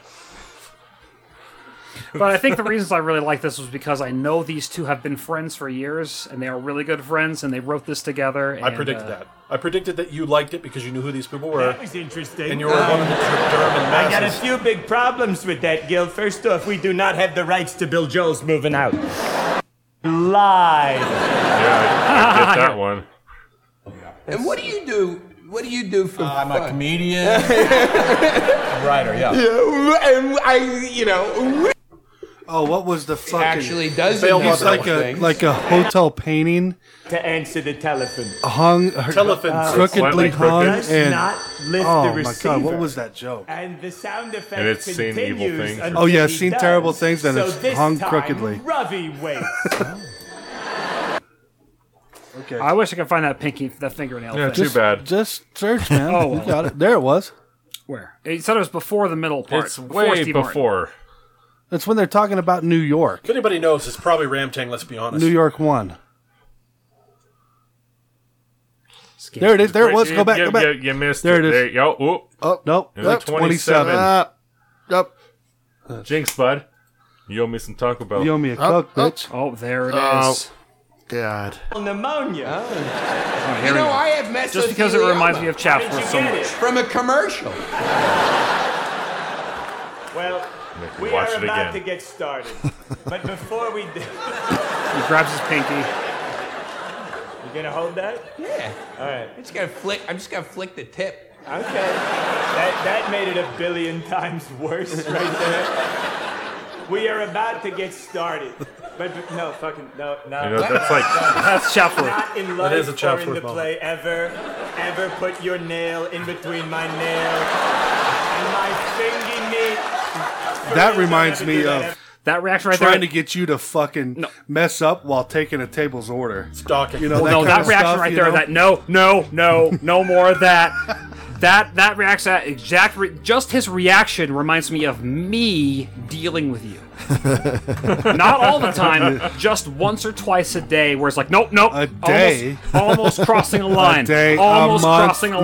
S1: But I think the reasons I really like this was because I know these two have been friends for years, and they are really good friends, and they wrote this together. uh,
S2: I predicted that. I predicted that you liked it because you knew who these people were,
S11: uh, was interesting.
S2: and you were one of the German
S11: I got a
S2: masses.
S11: few big problems with that, Gil. First off, we do not have the rights to Bill Joel's moving out. Live.
S4: yeah,
S11: <laughs>
S4: I, I get that one.
S10: And what do you do? What do you do for
S11: I'm a
S10: <laughs>
S11: comedian. writer, yeah.
S10: And I, you know,
S5: Oh, what was the fucking?
S10: actually does
S2: Fail
S10: know
S5: He's
S2: mother.
S5: like a like a hotel painting
S11: To answer the telephone.
S5: hung
S2: Elephants.
S5: crookedly
S4: Slightly crooked.
S5: hung
S11: Does
S5: and
S11: not lift
S5: oh
S11: the
S5: my
S11: receiver.
S5: god, what was that joke?
S11: And the sound effect
S4: And it's seen evil
S11: continues
S4: things.
S11: until
S5: Oh, yeah,
S11: he
S5: seen
S11: does.
S5: terrible things, then
S11: so
S5: it's
S11: this
S5: hung
S11: time,
S5: crookedly.
S11: Ravi waits.
S1: I wish I could find that pinky, that fingernail.
S4: Yeah,
S1: thing.
S4: too bad.
S5: Just search, <laughs> man.
S1: Oh,
S5: You
S1: well.
S5: got it. There it was.
S1: Where he said it was before the middle part.
S4: It's
S1: before
S4: way
S1: Steve Martin.
S4: before.
S5: That's when they're talking about New York.
S2: If anybody knows, it's probably Ramtang. Let's be honest.
S5: New York one.
S1: Skip.
S5: There it is. There it was.
S4: You-
S5: Go back.
S4: You,
S5: Go back.
S4: you- you missed
S5: There it is.
S4: it. There you go. Oop.
S5: Oh, nope. Ah,
S4: It was
S5: Yep, 27.
S3: Up, up.
S4: Jinx, bud. You owe me some Taco Bell.
S5: Uh, You owe me a coke, bitch.
S1: Oh, there it is.
S11: Uh,
S3: God.
S11: Pneumonia.
S1: Oh, here we
S10: No,
S1: go.
S10: I have mesothelioma.
S1: Just because it reminds me of
S11: Did
S1: Chatsworth
S11: you
S1: so
S11: get
S1: much.
S11: it?
S10: from a commercial.
S11: Well,
S4: Make me
S11: we
S4: watch
S11: are
S4: it
S11: about
S4: again.
S11: to get started. but before we do,
S1: He grabs his pinky. <laughs>
S11: you gonna hold that?
S10: Yeah.
S11: All right.
S10: I'm just gonna flick. I'm just gonna flick the tip.
S11: Okay. That, that made it a billion times worse right there. We are about to get started. But but no, fucking, no, no.
S4: You know, that's like
S1: That's Chatsworth.
S11: Not in life
S2: is a
S11: or in
S2: Chatsworth
S11: the
S2: moment.
S11: play ever, ever put your nail in between my nail and my finger meat.
S5: That reminds me of
S1: That reaction right
S5: trying
S1: there.
S5: to get you to fucking
S1: No. Oh,
S5: mess up while taking a table's order.
S2: Docking.
S5: You know,
S1: no,
S5: kind
S1: that
S5: of
S1: reaction
S5: stuff,
S1: right
S5: you
S1: there.
S5: know?
S1: That no, no, no, no more of
S5: <laughs>
S1: that. That that reacts that exact. Re- just his reaction reminds me of me dealing with
S5: <laughs>
S1: you. Not all the time, just once or twice a day. Where it's like, nope, nope,
S5: A day? <laughs>
S1: almost, almost crossing a
S5: a
S1: line,
S5: day,
S1: almost
S5: a month,
S1: crossing a Ah.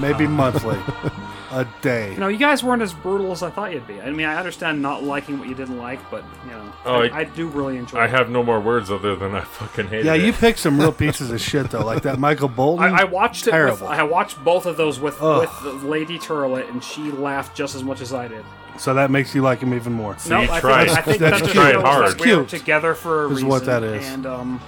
S5: maybe
S1: line.
S5: a
S1: <laughs>
S5: month,
S3: Daily.
S5: maybe monthly. a day.
S1: You know, you guys weren't as brutal as I thought you'd be. I mean, I understand not liking what you didn't like, but you know,
S4: Oh,
S1: I,
S4: I-
S1: I do really enjoy.
S4: I
S1: it.
S4: have no more words other than I fucking hate
S5: Yeah,
S4: it.
S5: you picked some real pieces of shit though, like that Michael Bolton.
S1: I, I watched it. With,
S5: Mm, Terrible.
S1: I watched both of those with
S5: Ugh.
S1: with Lady Turlet, and she laughed just as much as I did.
S5: so that makes you like him even more.
S1: no, I
S4: tried.
S1: think, I think
S4: That's
S1: that just
S4: tried
S1: shows
S4: hard.
S1: that we're
S5: Cute.
S1: together for a
S5: Is
S1: reason.
S5: what that is. Mm.
S1: And um,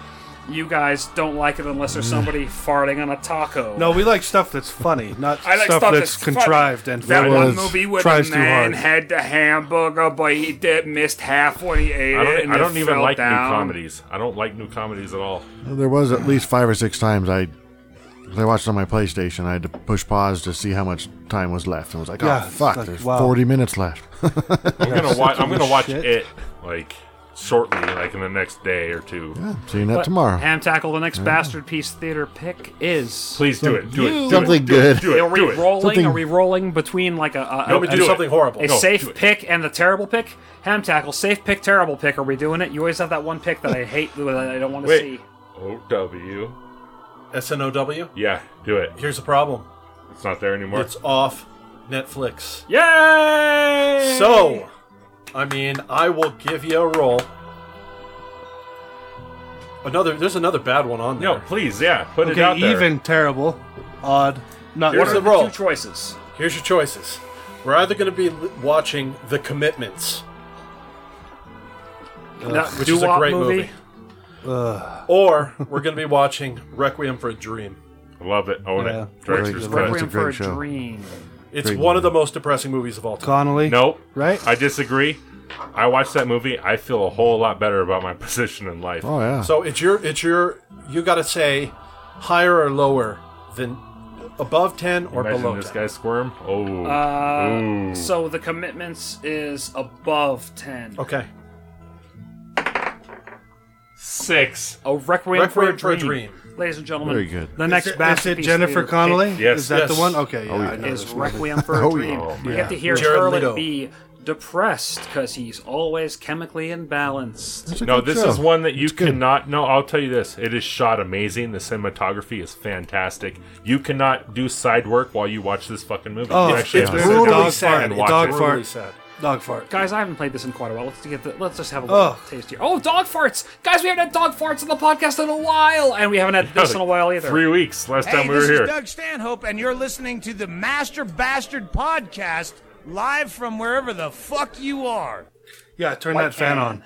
S1: you guys don't like it unless there's somebody farting on a taco.
S5: No, we like stuff that's funny, not
S1: I like
S5: stuff,
S1: stuff
S5: that's,
S1: that's
S5: contrived and
S1: That
S5: funny.
S1: one movie where
S5: tries
S1: the
S5: too
S1: man
S5: hard.
S1: had the hamburger, but he did missed half when he ate
S4: I
S1: it,
S4: don't, e-
S1: and
S4: I
S1: it
S4: don't even
S1: fell
S4: like
S1: down.
S4: new comedies. I don't like new comedies at all.
S3: There was at least five or six times I, I watched on my PlayStation. I had to push pause to see how much time was left, and was like,
S5: Yeah,
S3: "Oh fuck,
S5: like,
S3: there's
S5: wow.
S3: 40 minutes left."
S4: I'm gonna watch. I'm gonna watch
S5: Shit.
S4: it like shortly, like in the next day or two.
S3: Seeing that tomorrow.
S1: Ham tackle. The next bastard piece theater pick is.
S4: Please do it. Do it. Do
S3: Something
S4: it.
S3: good.
S4: Do it.
S1: Are we
S4: Do it. Do it.
S1: rolling? Are we rolling between like a, a,
S4: No, but
S1: a-
S4: do it.
S2: something horrible.
S1: a
S4: No, Oh, do
S1: safe
S4: it.
S1: pick and the terrible pick? Ham tackle, safe pick, terrible pick. Are we doing it? You always have that one pick that I hate that I don't want to
S4: Wait.
S1: see.
S4: O W.
S2: SNOW.
S4: Yeah, do it.
S2: Here's the problem.
S4: It's not there anymore.
S2: It's off Netflix.
S1: Yay!
S2: So, I mean, I will give you a roll. Another, there's another bad one on there.
S4: no, please, yeah, put it out
S5: Okay,
S4: there.
S5: even terrible, odd, not.
S2: Here's
S1: what are
S2: the
S1: the
S2: roll.
S1: two choices?
S2: Here's your choices. We're either going to be l- watching The Commitments,
S1: That
S2: which is a
S1: doo-wop
S2: great movie, or we're going to be watching Requiem for a Dream.
S4: Love it. Own
S5: Yeah.
S4: it. Director's
S3: Right.
S4: cut.
S3: That's a
S1: Requiem for a
S3: great show.
S1: Dream.
S2: It's
S3: Great
S2: one of the most depressing movies of all time.
S5: Connolly.
S4: Nope.
S5: Right?
S4: I disagree. I watched that movie. I feel a whole lot better about my <laughs> position in life.
S3: Oh yeah.
S2: So it's your, it's your, you got to say higher or lower than above 10 or
S4: Imagine
S2: below
S4: this
S2: 10.
S4: guy squirm. Oh. Ooh.
S1: So the commitments is above ten.
S2: Okay.
S4: Six.
S1: A requiem,
S2: Requiem
S1: for, a dream. Ladies and gentlemen,
S3: Very good.
S1: The next
S5: Is it- is
S1: bastard
S5: it
S1: piece
S5: Jennifer
S1: theater
S5: Connolly?
S4: Yes.
S5: is that the
S2: Yes.
S5: one? Okay, yeah,
S3: yeah.
S5: I know
S1: pick is
S5: this one.
S1: Requiem for a
S3: Oh,
S1: Dream.
S3: yeah.
S1: You get to hear
S2: Jared
S1: Turlet
S2: Leto.
S1: be depressed because he's always chemically imbalanced.
S3: It's a
S4: No,
S3: good
S4: this
S3: show.
S4: is one that you cannot. No, I'll tell you this. It is shot amazing. The cinematography is fantastic. You cannot do side work while you watch this fucking movie.
S5: Oh,
S4: you
S5: it's-
S4: actually
S5: it's
S4: have to
S5: brutal.
S4: sit down
S5: Dog fart.
S4: and watch
S5: Dog
S4: it.
S5: fart.
S4: <laughs>
S2: Really sad.
S5: Dog fart.
S1: Guys, I haven't played this in quite a while. Let's get the, let's just have a little taste here. Oh, dog farts! Guys, we haven't had dog farts on the podcast in a while, and we haven't had this in a while either.
S4: Three weeks. Last time we were here.
S9: Stanhope, and you're listening to the Master Bastard Podcast live from wherever the fuck you are.
S5: Yeah, turn that fan on.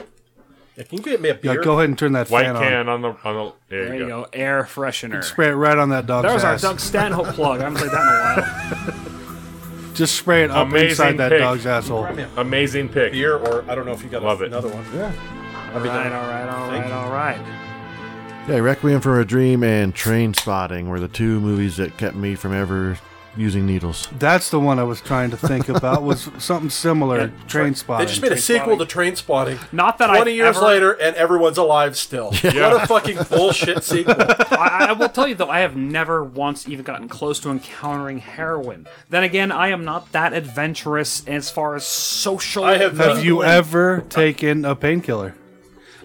S2: Yeah, can you get me a
S5: Yeah,
S2: beer?
S5: go ahead and turn that
S4: White
S5: fan on.
S4: can on the on the. There,
S1: There
S4: you
S1: you go, air freshener.
S5: Spray it right on that dog's
S1: That was our
S5: ass.
S1: Doug Stanhope plug. I haven't played that in a
S5: <laughs>
S1: while.
S5: Just spray it up
S4: Amazing
S5: inside that
S4: pick.
S5: dog's asshole.
S4: Amazing pick.
S2: Beer, or I don't know if you got
S4: Love it.
S2: another one. Yeah.
S1: All right, all right, all right, all right.
S3: Yeah, Requiem for a Dream and Train Spotting were the two movies that kept me from ever using needles.
S5: That's the one I was trying to think about. Was
S2: <laughs>
S5: something similar? train
S2: They
S5: spotting.
S2: just made a sequel to Train Spotting.
S1: Not that I
S2: 20 years
S1: ever-
S2: later, and everyone's alive still. What a fucking bullshit
S5: <laughs>
S2: sequel.
S1: I, I will tell you though, I have never once even gotten close to encountering heroin. Then again, I am not that adventurous as far as social.
S2: I have- uh,
S5: Have you ever taken a painkiller?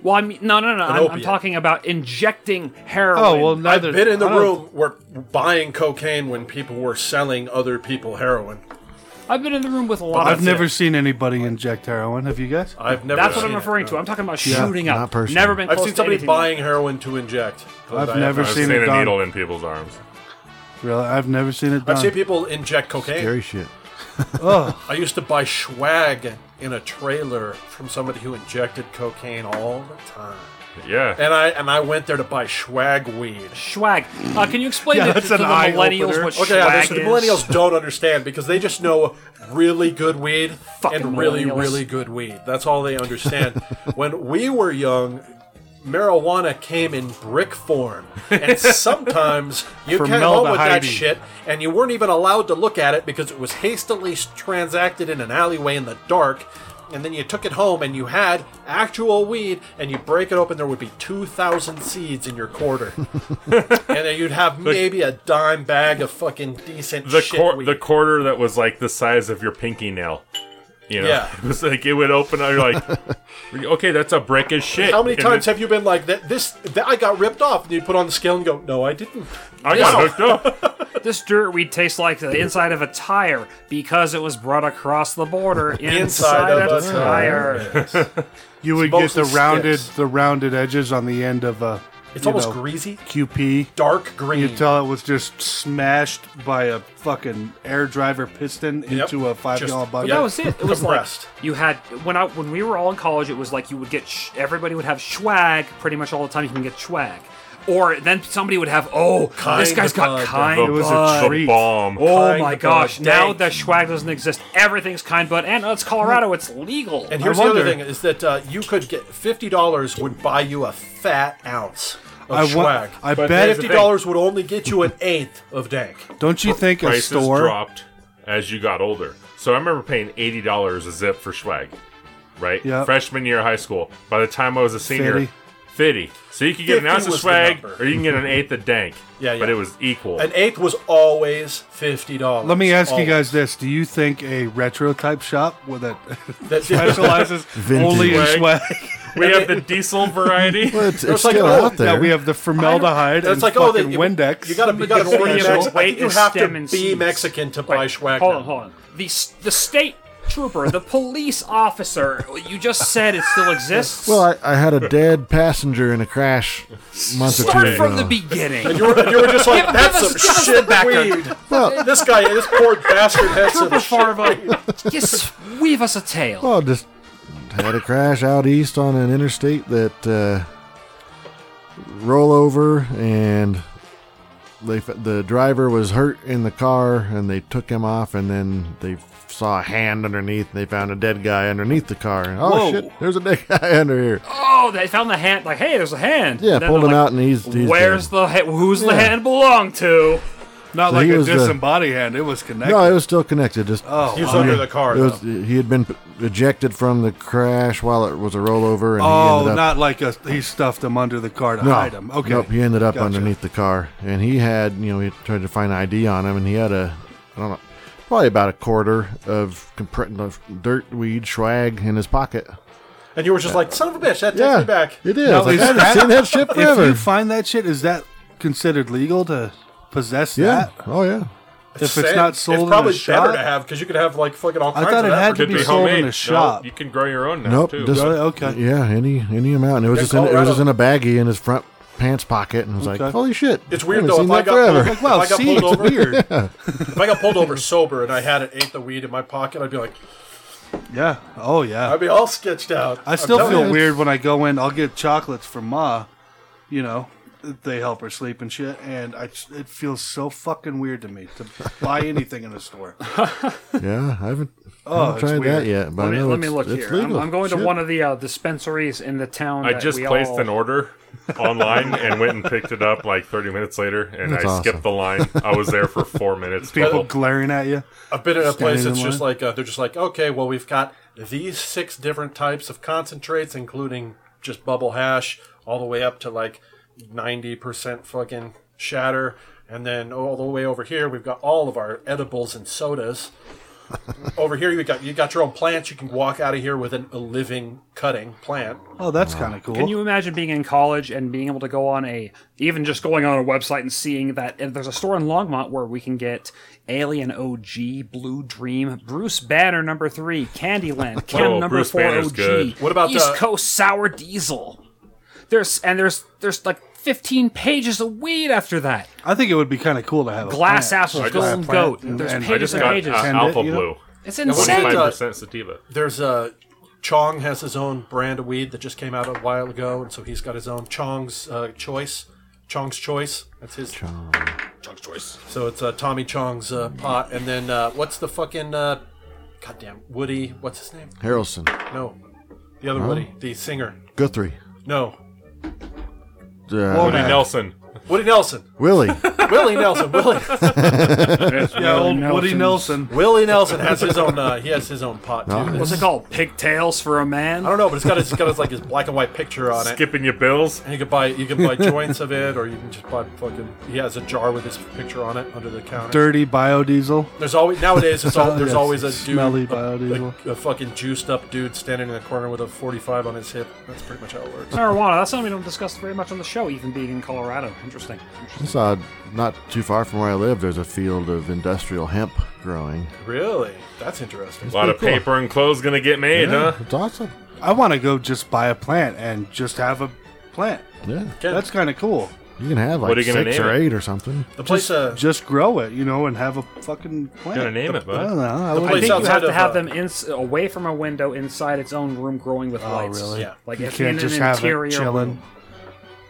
S1: Well, I mean, no, no, no. I'm, I'm
S2: opiate.
S1: talking about injecting heroin.
S5: Oh well,
S2: I've
S5: neither.
S2: been in the
S5: I don't-
S2: room where buying cocaine when people were selling other people heroin.
S1: I've been in the room with a
S2: Oh,
S1: lot
S5: I've
S1: of.
S5: never seen anybody inject heroin. Have you guys?
S2: I've never
S1: That's what
S2: seen
S1: I'm
S2: it.
S1: referring to. I'm talking about
S5: Yeah,
S1: shooting
S3: not
S1: up.
S3: personally.
S1: Never been.
S2: I've
S1: close
S2: seen
S1: to
S2: somebody
S1: anything.
S2: buying heroin to inject.
S5: I've
S2: I have
S5: never
S2: not.
S4: I've
S5: seen
S4: seen,
S5: it
S4: a
S5: done.
S4: needle in people's arms.
S5: Really, I've never seen it done.
S2: I've seen people inject cocaine.
S3: Scary shit.
S2: I used to buy swag in a trailer from somebody who injected cocaine all the time.
S4: Yeah.
S2: And I and I went there to buy swag weed.
S1: Schwag. Uh, can you explain
S5: <laughs> Yeah,
S1: to,
S5: that's
S1: to
S5: an
S1: the
S5: eye
S1: millennials
S5: opener.
S1: what
S2: Okay,
S1: schwag
S2: yeah, this, the
S1: is?
S2: millennials don't understand because they just know really good weed
S1: Fucking
S2: and really,
S1: millennials.
S2: really good weed. That's all they
S1: <laughs>
S2: understand. when we were young, marijuana came in brick
S5: <laughs>
S2: form, and sometimes you came home with that
S5: Formaldehyde.
S2: shit, and you weren't even allowed to look at it because it was hastily s- transacted in an alleyway in the dark. And then you took it home and you had actual weed, and you break it open, there would be 2,000 seeds in your
S5: <laughs>
S2: quarter. and then you'd have maybe a dime bag of fucking decent
S4: the
S2: shit
S4: quar-
S2: weed.
S4: the quarter that was like the size of your pinky nail. You know,
S2: Yeah.
S4: <laughs> it was like it would open up. You're like, <laughs> okay, that's a brick as shit.
S2: How many
S4: And
S2: times
S4: then
S2: have you been like that? This that I got ripped off, and you put on the scale and go, "No, I didn't."
S4: I got hooked up?
S1: This dirt weed tastes like the inside of a tire because it was brought across the
S2: <laughs>
S1: border inside, a tire.
S5: You would get
S2: mostly
S5: the rounded
S2: sticks.
S5: the rounded edges on the end of a.
S2: It's
S5: you
S2: almost
S5: know,
S2: greasy.
S5: QP.
S2: Dark green.
S5: You tell it was just smashed by a fucking air driver piston into a five gallon bucket.
S1: But that was it. It was like you had when I when we were all in college. It was like you would get sh- everybody would have swag pretty much all the time. You can get swag, or then somebody would have oh this
S2: Kind
S1: guy's
S2: of
S1: got
S2: bud.
S1: kind.
S2: It was a
S1: bud.
S2: treat. The bomb.
S1: Oh
S2: Kind
S1: my
S2: bud.
S1: gosh! Now
S2: Dank.
S1: that swag doesn't exist, everything's kind. But and it's Colorado. It's legal.
S2: And here's the other thing is that uh, you could get fifty dollars would buy you a fat ounce of
S5: I wa-
S2: swag.
S5: I
S2: But
S5: bet-
S2: fifty dollars would only get you an eighth of dank.
S5: Don't you think a
S4: Prices
S5: store?
S4: dropped as you got older. So I remember paying eighty dollars a zip for swag, right?
S5: Yep.
S4: Freshman year of high school. By the time I was a senior,
S5: Fifty.
S4: fifty. So you could get an
S2: 50
S4: ounce of
S2: was the
S4: swag,
S2: number.
S4: or you can get an eighth of dank.
S2: <laughs> Yeah, yeah.
S4: But it was equal.
S2: An eighth was always fifty dollars.
S5: Let me ask you guys this: Do you think a retro type shop with that
S2: <laughs>
S5: <laughs>
S2: That-
S5: specializes
S3: <laughs> Vintage.
S5: only in swag?
S4: Swag.
S3: <laughs>
S4: we have
S2: <laughs>
S4: the diesel variety.
S3: Well, it's,
S2: It was
S3: it's
S2: like,
S3: still
S2: oh,
S3: out there.
S5: Yeah, we have the formaldehyde
S2: That's
S5: and
S2: like oh, they,
S5: fucking Windex.
S2: You gotta, you gotta
S1: Because
S2: be
S1: the
S2: Mexican. I
S1: weight
S2: think you
S1: is
S2: have to
S1: stem and
S2: be
S1: seeds.
S2: Mexican to buy swag.
S1: Hold
S2: now.
S1: on, hold on. The s- the state trooper, the police officer. You just said it still exists.
S3: Well, I, I had a dead passenger in a crash a month or two
S1: start
S3: ago.
S1: from the beginning.
S2: You were, you were just
S1: <laughs>
S2: like,
S1: Give-
S2: that's
S1: give us- give
S2: some
S1: us the
S2: shit
S1: background."
S2: weed. this guy, this poor bastard had some
S1: Trooper
S2: shit
S1: Farva, just weave us a tale.
S3: Well, just had a crash out east on an interstate that uh, rollover, and they f- the driver was hurt in the car, and they took him off, and then they saw a hand underneath, and they found a dead guy underneath the car. And, oh
S5: Whoa.
S3: shit, there's a dead <laughs> guy under here.
S1: Oh, they found the hand. Like, hey, there's a hand.
S3: Yeah,
S1: And then
S3: pulled
S1: they're
S3: him
S1: like,
S3: out, and he's, he's
S1: Where's
S3: dead.
S1: the ha- who's the
S3: Yeah.
S1: hand belong to?
S5: Not
S3: So
S5: like
S3: he
S5: a
S3: was the-
S5: disembodied hand; it was connected.
S3: no, it was still connected. Just
S5: oh,
S2: He was under the car.
S3: it was,
S2: though.
S3: he had been ejected from the crash while it was a rollover, and he ended
S5: oh,
S3: up
S5: not like a, he stuffed him under the car to hide him. Okay,
S3: Nope, he ended up
S5: Gotcha.
S3: underneath the car, and he had you know he tried to find ID on him, and he had a I don't know probably about a quarter of, compre- of dirt weed swag in his pocket.
S2: And you were just like, son of a bitch, that takes
S3: yeah,
S2: me back.
S3: It is.
S5: Now,
S3: Like,
S5: is
S3: I haven't
S5: that-
S3: seen that
S5: <laughs>
S3: shit
S5: If
S3: forever.
S5: you find that shit, is that considered legal to possess
S3: yeah.
S5: that?
S3: Oh yeah.
S5: If it's not sold
S2: it's probably
S5: in a shop,
S2: better to have because you could have like fucking all
S5: I
S2: kinds
S5: thought
S2: of
S5: it
S2: that
S5: had to
S2: for
S5: be
S2: dinner.
S5: sold in a shop.
S4: No, you can grow your own now
S3: Nope.
S4: too.
S5: <laughs>
S3: Just,
S5: Really? Okay.
S3: Yeah. Any any amount. It was
S2: Yeah,
S3: just in, it was
S2: Colorado.
S3: just in a baggie in his front pants pocket, and I was like,
S5: Okay.
S3: holy shit.
S2: It's
S3: I
S2: weird though.
S3: haven't seen
S2: If I,
S3: that
S2: got
S3: forever.
S2: <laughs> pulled,
S5: Wow,
S2: if I got
S5: see,
S2: pulled
S5: it's
S2: over, <laughs>
S5: weird.
S2: if I got pulled over sober and I had an eighth of weed in my pocket, I'd be like,
S5: yeah. Oh yeah.
S2: I'd be all sketched out.
S5: I still feel
S3: you.
S5: weird when I go in. I'll get chocolates from Ma. You know, they help her sleep and shit. And I, it feels so fucking weird to me to buy anything in a store.
S3: Yeah, I haven't.
S5: Oh,
S3: I haven't
S5: it's
S3: tried
S5: weird.
S3: that yet. But
S1: Let
S3: I
S1: me,
S3: know
S1: let me look
S3: it's- it's
S1: here. I'm,
S3: legal.
S1: I'm going to
S3: Shit.
S1: one of the uh, dispensaries in the town.
S4: I
S1: that
S4: just
S1: we
S4: placed
S1: all-
S4: an order online and went and picked it up like 30 minutes later, and
S3: That's
S4: I
S3: awesome.
S4: skipped the line. I was there for four minutes.
S5: People
S4: total.
S5: glaring at you.
S2: I've been in a place
S5: Standing
S2: that's
S5: in
S2: just like uh, they're just like, okay, well, we've got these six different types of concentrates, including just bubble hash, all the way up to like ninety percent fucking shatter, and then all the way over here we've got all of our edibles and
S5: <laughs>
S2: sodas. over here you got you got your own plants. You can walk out of here with an, a living cutting plant.
S5: Oh, that's kind of cool.
S1: Can you imagine being in college and being able to go on a, even just going on a website and seeing that and there's a store in Longmont where we can get Alien OG, Blue Dream, Bruce Banner number three, Candyland, Chem
S4: Oh,
S1: number
S4: Bruce
S1: four
S4: Banner's
S1: OG,
S4: good.
S2: What about,
S1: East
S2: uh,
S1: Coast Sour Diesel? There's and there's there's like 15 pages of weed after that.
S5: I think it would be kind of cool to have a
S1: Glass
S5: plant.
S1: apples,
S5: Just a
S1: golden
S5: plant
S1: goat.
S5: and-
S1: There's
S5: and-
S4: I
S1: pages
S4: just
S1: and
S4: got
S1: pages.
S4: uh,
S5: Tend it,
S4: Alpha
S5: you know?
S4: Blue.
S1: It's
S2: what
S1: insane.
S2: Same.
S4: Twenty-five percent sativa.
S2: There's a Chong has his own brand of weed that just came out a while ago, and so he's got his own Chong's uh, choice. Chong's choice. That's his. Chong's choice. So it's uh, Tommy Chong's uh, pot, and then uh, what's the fucking uh, goddamn Woody? What's his name?
S3: Harrelson,
S2: No, the other Woody, the singer.
S3: Guthrie,
S2: No,
S3: uh,
S4: Woody Nelson.
S2: Woody Nelson.
S3: Willie.
S2: Willie Nelson. Willie.
S4: It's Willie
S5: Woody Nelson.
S2: Willie Nelson has his own. Uh, he has his own pot too.
S1: What's it called? Pigtails for a man?
S2: I don't know, but it's got his, it's got his like his black and white picture on it.
S4: Skipping your bills.
S2: And you can buy you can
S5: <laughs>
S2: buy joints of it, or you can just buy fucking. He has a jar with his picture on it under the counter.
S5: Dirty biodiesel.
S2: There's always nowadays.
S5: <laughs>
S2: It's all, there's
S5: Yes,
S2: always a dude,
S5: smelly
S2: a-
S5: biodiesel.
S2: a, a fucking juiced up dude standing in the corner with a 45 on his hip. That's pretty much how it works.
S1: Marijuana. That's something we don't discuss very much on the show, even being in Colorado. Interesting.
S3: I saw uh, not too far from where I live, there's a field of industrial hemp growing.
S2: Really, that's interesting.
S4: A lot of paper and clothes gonna get made,
S3: Yeah,
S4: huh?
S3: It's awesome.
S5: I want to go just buy a plant and just have a plant.
S3: Yeah.
S5: That's kind of cool.
S3: You can have
S4: What
S3: like
S4: are you gonna
S3: six
S4: name
S3: or
S4: it?
S3: eight or something. <laughs>
S2: The place,
S5: just,
S2: uh,
S5: just grow it, you know, and have a fucking plant.
S4: Gonna name it, bud.
S5: I don't know. I
S2: The
S5: would-
S1: I
S2: place
S1: think you
S2: outside
S1: have to
S2: of,
S1: have
S2: uh,
S1: them ins- away from a window inside its own room growing with lights.
S5: really?
S2: Yeah.
S1: Like
S5: You
S1: it's
S5: can't
S1: in
S5: just
S1: an
S5: have
S1: interior
S5: it chilling.
S1: room.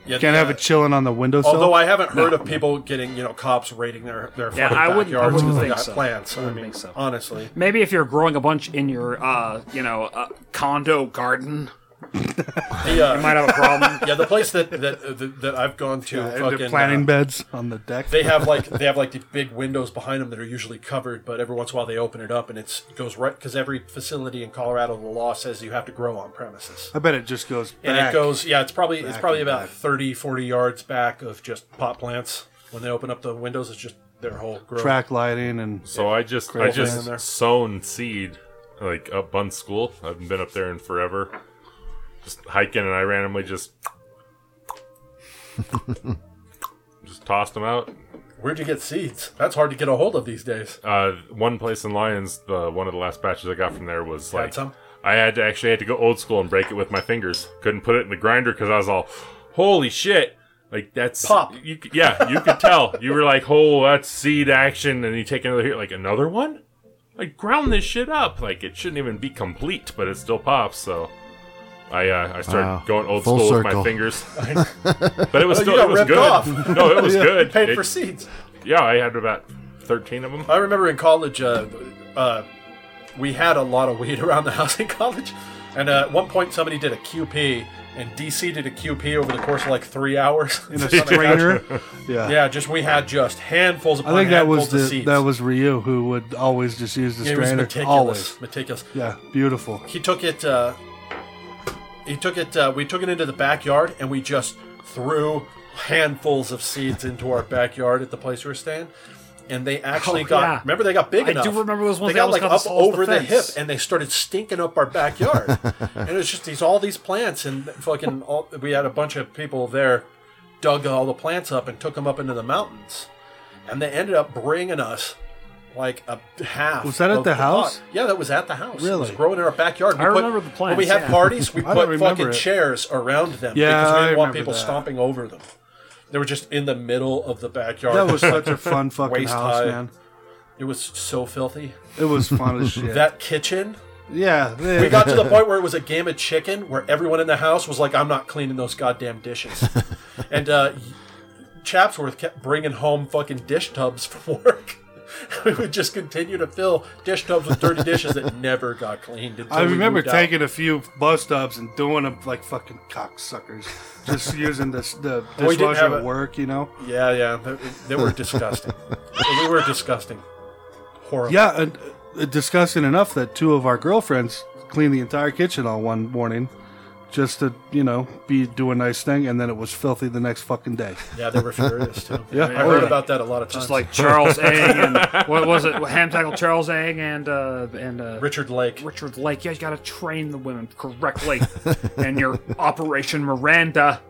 S2: Yeah,
S5: Can't have
S2: uh,
S5: it chilling on the windowsill.
S2: Although I haven't heard of people getting, you know, cops raiding their their
S1: Yeah,
S2: fucking
S1: I wouldn't- I
S2: backyards
S1: wouldn't
S2: because they
S1: think
S2: got
S1: so.
S2: plants.
S1: I
S2: I
S1: wouldn't
S2: mean,
S1: think so. <laughs>
S2: honestly,
S1: Maybe if you're growing a bunch in your, uh, you know, uh, condo garden,
S2: the, uh,
S1: you might have a
S5: <laughs>
S1: problem.
S2: yeah, the place that that uh, that- that I've gone to,
S5: Yeah, and the
S2: fucking,
S5: planting
S2: uh,
S5: beds on the deck.
S2: they have like they have like the big windows behind them that are usually covered, but every once in a while they open it up and it's it goes right because every facility in Colorado, the law says you have to grow on premises.
S5: I bet it just goes. Back.
S2: and it goes yeah it's probably it's
S5: Back
S2: probably
S5: and
S2: about
S5: back.
S2: 30 40 yards back of just pot plants when they open up the windows it's just their whole grow
S5: track lighting and
S4: So I just I
S2: Cradle fan in there.
S4: just sown seed like up on school. I haven't been up there in forever. Just hiking and I
S2: <laughs>
S4: randomly just just tossed them out.
S2: where'd you get seeds that's hard to get a hold of these days <laughs>
S4: Uh, one place in Lyons, the one of the last batches I got from there was
S2: Got
S4: like
S2: some?
S4: I had to actually had to go old school and break it with my fingers. Couldn't put it in the grinder because I was all, holy shit. Like that's
S2: Pop.
S4: You, c- yeah, you could tell. You were like, "Oh, that's seed action," and you take another here, like another one. Like ground this shit up. Like it shouldn't even be complete, but it still pops. So, I uh, I started
S3: Wow.
S4: going old
S3: Full
S4: school with my
S3: circle.
S4: fingers,
S2: <laughs>
S4: but it was
S2: Oh, you
S4: still
S2: got
S4: it was
S2: ripped
S4: good.
S2: off.
S4: No,
S2: <laughs>
S4: it was good.
S2: you paid for
S4: It-
S2: seeds
S4: yeah, I had about thirteen of them.
S2: i remember in college uh, uh, we had a lot of <laughs> weed around the house in college and uh, at one point somebody did a qp and dc did a qp over the course of like three hours <laughs>
S5: in a strainer. yeah.
S2: yeah just we had just handfuls of
S5: I think that was
S2: handfuls of
S5: the
S2: seeds
S5: that was Ryu who would always just use the
S2: it was
S5: strainer.
S2: meticulous
S5: Always.
S2: meticulous
S5: Yeah, beautiful.
S2: he took it uh he took it uh, we took it into the backyard and we just threw handfuls of seeds into our backyard at the place we were staying and they actually
S1: Oh,
S2: got
S1: yeah.
S2: remember they got big
S1: I do
S2: enough
S1: remember those ones that
S2: they
S1: almost
S2: got like
S1: got
S2: up
S1: us off the
S2: over the, hip
S1: fence.
S2: and they started stinking up
S1: <laughs>
S2: our backyard and it was just these all these plants and fucking all, we had a bunch of people there dug all the plants up and took them up into the mountains and they ended up bringing us like a half
S5: Was that at
S2: of
S5: the house?
S2: pot. yeah that was at the house it was
S5: Really?
S2: growing in our backyard
S1: I
S2: put-
S1: remember the plants,
S2: When we had
S1: yeah.
S2: parties, we
S5: <laughs> I don't
S2: put
S5: remember
S2: fucking
S5: it.
S2: chairs around them
S5: Yeah,
S2: because we didn't want
S5: I remember
S2: people
S5: that.
S2: stomping over them. They were just in the middle of the backyard.
S5: That was
S2: <laughs>
S5: such a fun fucking
S2: Waist
S5: house,
S2: high.
S5: man.
S2: It was so filthy.
S5: It was fun as shit.
S2: That kitchen.
S5: yeah.
S2: We got to the point where it was a game of chicken, where everyone in the house was like, "I'm not cleaning those goddamn
S5: <laughs>
S2: dishes," and uh, Chapsworth kept bringing home fucking dish tubs from work. <laughs> we would just continue to fill dish tubs with dirty dishes that never got cleaned. Until
S5: I
S2: we
S5: remember
S2: moved out.
S5: taking a few bus stops and doing them like fucking cocksuckers, just using this the
S2: Well, <laughs> we didn't
S5: dishwasher
S2: have
S5: at
S2: a-
S5: work, you know.
S2: Yeah, yeah, they, they were disgusting. we were disgusting. Horrible.
S5: Yeah, and uh, disgusting enough that two of our girlfriends cleaned the entire kitchen all one morning, just to you know be do a nice thing, and then it was filthy the next fucking day.
S2: yeah, they were furious too.
S5: Yeah.
S2: I heard about that a lot of times.
S1: It's like Charles Ang and what was it? Ham tackle Charles Ang and uh, and uh,
S2: Richard Lake.
S1: Richard Lake. You guys got to train the women correctly, and your Operation Miranda.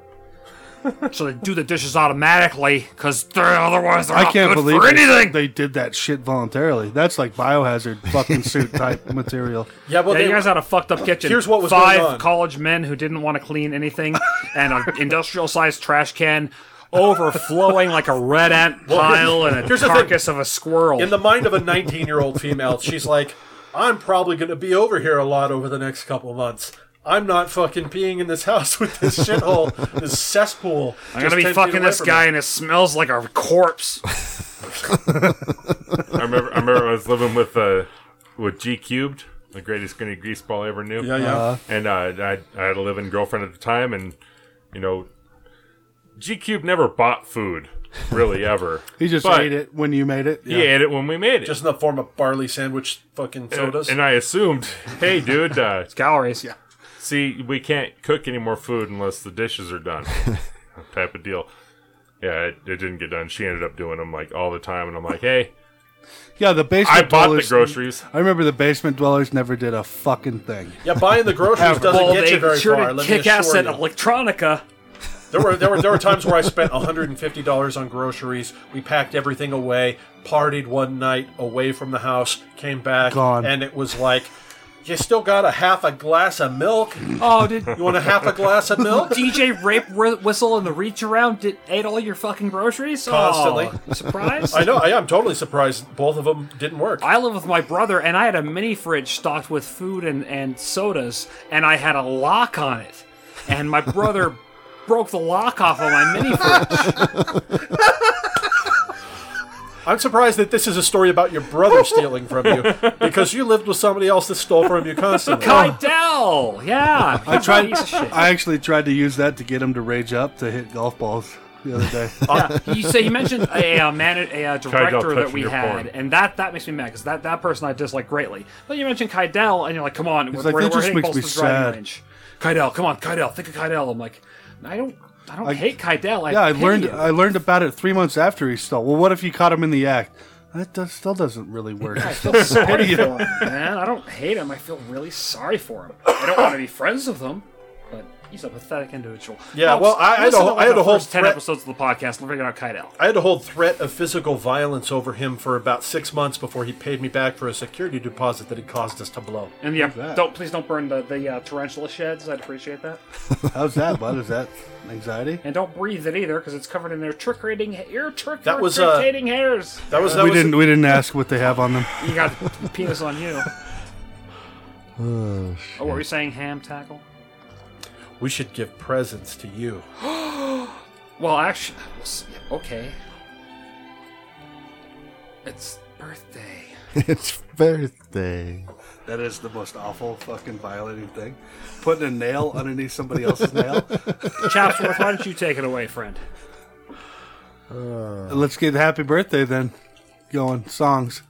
S1: So they do the dishes automatically, because they're, otherwise they're
S5: I
S4: Oh,
S1: not
S5: can't
S1: good
S5: believe
S1: for
S5: they-
S1: anything.
S5: they did that shit voluntarily. That's like biohazard
S4: <laughs>
S5: fucking suit type material.
S2: Yeah, well,
S1: yeah,
S2: they,
S1: you guys had a fucked up kitchen.
S2: Here's what was
S1: five
S2: going on.
S1: college men who didn't want to clean anything, and an industrial sized trash can overflowing like a red ant pile and a
S2: here's the thing.
S1: carcass of a squirrel.
S2: in the mind of a 19 year old female, she's like, "I'm probably going to be over here a lot over the next couple of months." I'm not fucking peeing in this house with this shithole, this cesspool.
S1: I'm gonna be fucking this guy, and it smells like a corpse.
S4: I remember I remember I was living with uh with G cubed, the greatest skinny greaseball I ever knew.
S2: Yeah, yeah.
S4: and uh, I, I had a living girlfriend at the time, and you know, G Cube never bought food.
S5: <laughs>
S4: really ever.
S5: He just
S4: But
S5: ate it when you made it.
S4: He ate it when we made it.
S2: Just in the form of barley sandwich fucking sodas.
S4: And I assumed, hey, dude, uh, it's
S1: calories. Yeah.
S4: See, we can't cook any more food unless the dishes
S5: <laughs>
S4: are done. type of deal. Yeah, it, it didn't get done. She ended up doing them like all the time, and I'm like, hey,
S5: Yeah, the basement.
S4: I bought the
S5: dwellers-
S4: groceries.
S5: I remember the basement dwellers never did a fucking thing.
S2: yeah, buying the groceries
S5: Ever.
S2: doesn't
S5: Well,
S2: get
S5: they
S2: you very
S5: sure
S2: far.
S5: did
S2: Let me
S5: kick
S2: assure
S5: ass at
S2: you.
S1: electronica.
S2: There were there were there were times where I spent 150 dollars on groceries. We packed everything away, partied one night away from the house, came back,
S5: Gone.
S2: and it was like. You still got a half a glass of milk?
S1: Oh, did <laughs>
S2: you want a half a glass of milk?
S1: DJ Rape Whi- Whistle and the Reach Around did, ate all your fucking groceries?
S2: Constantly.
S1: Oh, surprised?
S2: <laughs> I know. I am totally surprised. Both of them didn't work.
S1: I live with my brother, and I had a mini fridge stocked with food and, and sodas, and I had a lock on it. And my brother <laughs> broke the lock off of my mini
S5: <laughs>
S1: fridge.
S2: I'm surprised that this is a story about your brother stealing from you because you lived with somebody else that stole from you constantly.
S1: Kydell! Yeah.
S5: I tried.
S1: Piece of shit.
S5: I actually tried to use that to get him to rage up to hit golf balls the other day.
S4: <laughs>
S1: yeah. You, so you mentioned a, uh man, a, uh director that
S5: touching
S1: we
S5: your
S1: had,
S5: porn.
S1: and that, that makes me mad because that, that person I dislike greatly. But you mentioned Kydell, and you're like, come on,
S5: He's
S1: we're,
S5: like,
S1: we're,
S5: that
S1: we're
S5: just
S1: hitting
S5: makes
S1: balls
S5: me
S1: to the driving
S5: sad.
S1: range. Kydell, come on, Kydell, think of Kydell. I'm like, I don't, I don't
S5: I-
S1: hate Kydell. I
S5: yeah, I
S1: pity
S5: learned.
S1: him.
S5: I learned about it three months after he stole. Well, what if you caught him in the act? That does, still doesn't really work.
S1: I feel sorry for him, man. I don't hate him. I feel really sorry for him. I don't want to be friends with him, but he's a pathetic individual.
S2: Yeah, well, I- I had a
S1: listen to,
S2: whole-
S1: like,
S2: I had
S1: the
S2: a whole
S1: first ten
S2: threat-
S1: episodes of the podcast. and We're figuring out Kydell.
S2: I had a whole threat of physical violence over him for about six months before he paid me back for a security deposit that he caused us to blow.
S1: And yeah, don't please don't burn the the uh, tarantula sheds. I'd appreciate that.
S5: <laughs> How's that, bud? Is that anxiety?
S1: And don't breathe it either, because it's covered in their trick-rating, ear trick
S2: That was, uh,
S1: irritating hairs.
S2: that was- that
S5: we didn't. We didn't ask what they have on them.
S1: You got penis on
S2: <laughs>
S1: you.
S3: Oh, sh-
S1: Oh, were we saying ham tackle?
S2: We should give presents to you.
S1: well, actually, okay. It's birthday.
S3: it's birthday.
S5: That is the most awful fucking violating thing. Putting a nail underneath somebody else's nail.
S1: Chapsworth, why don't you take it away, friend?
S5: <laughs> Let's get happy birthday then. Going songs.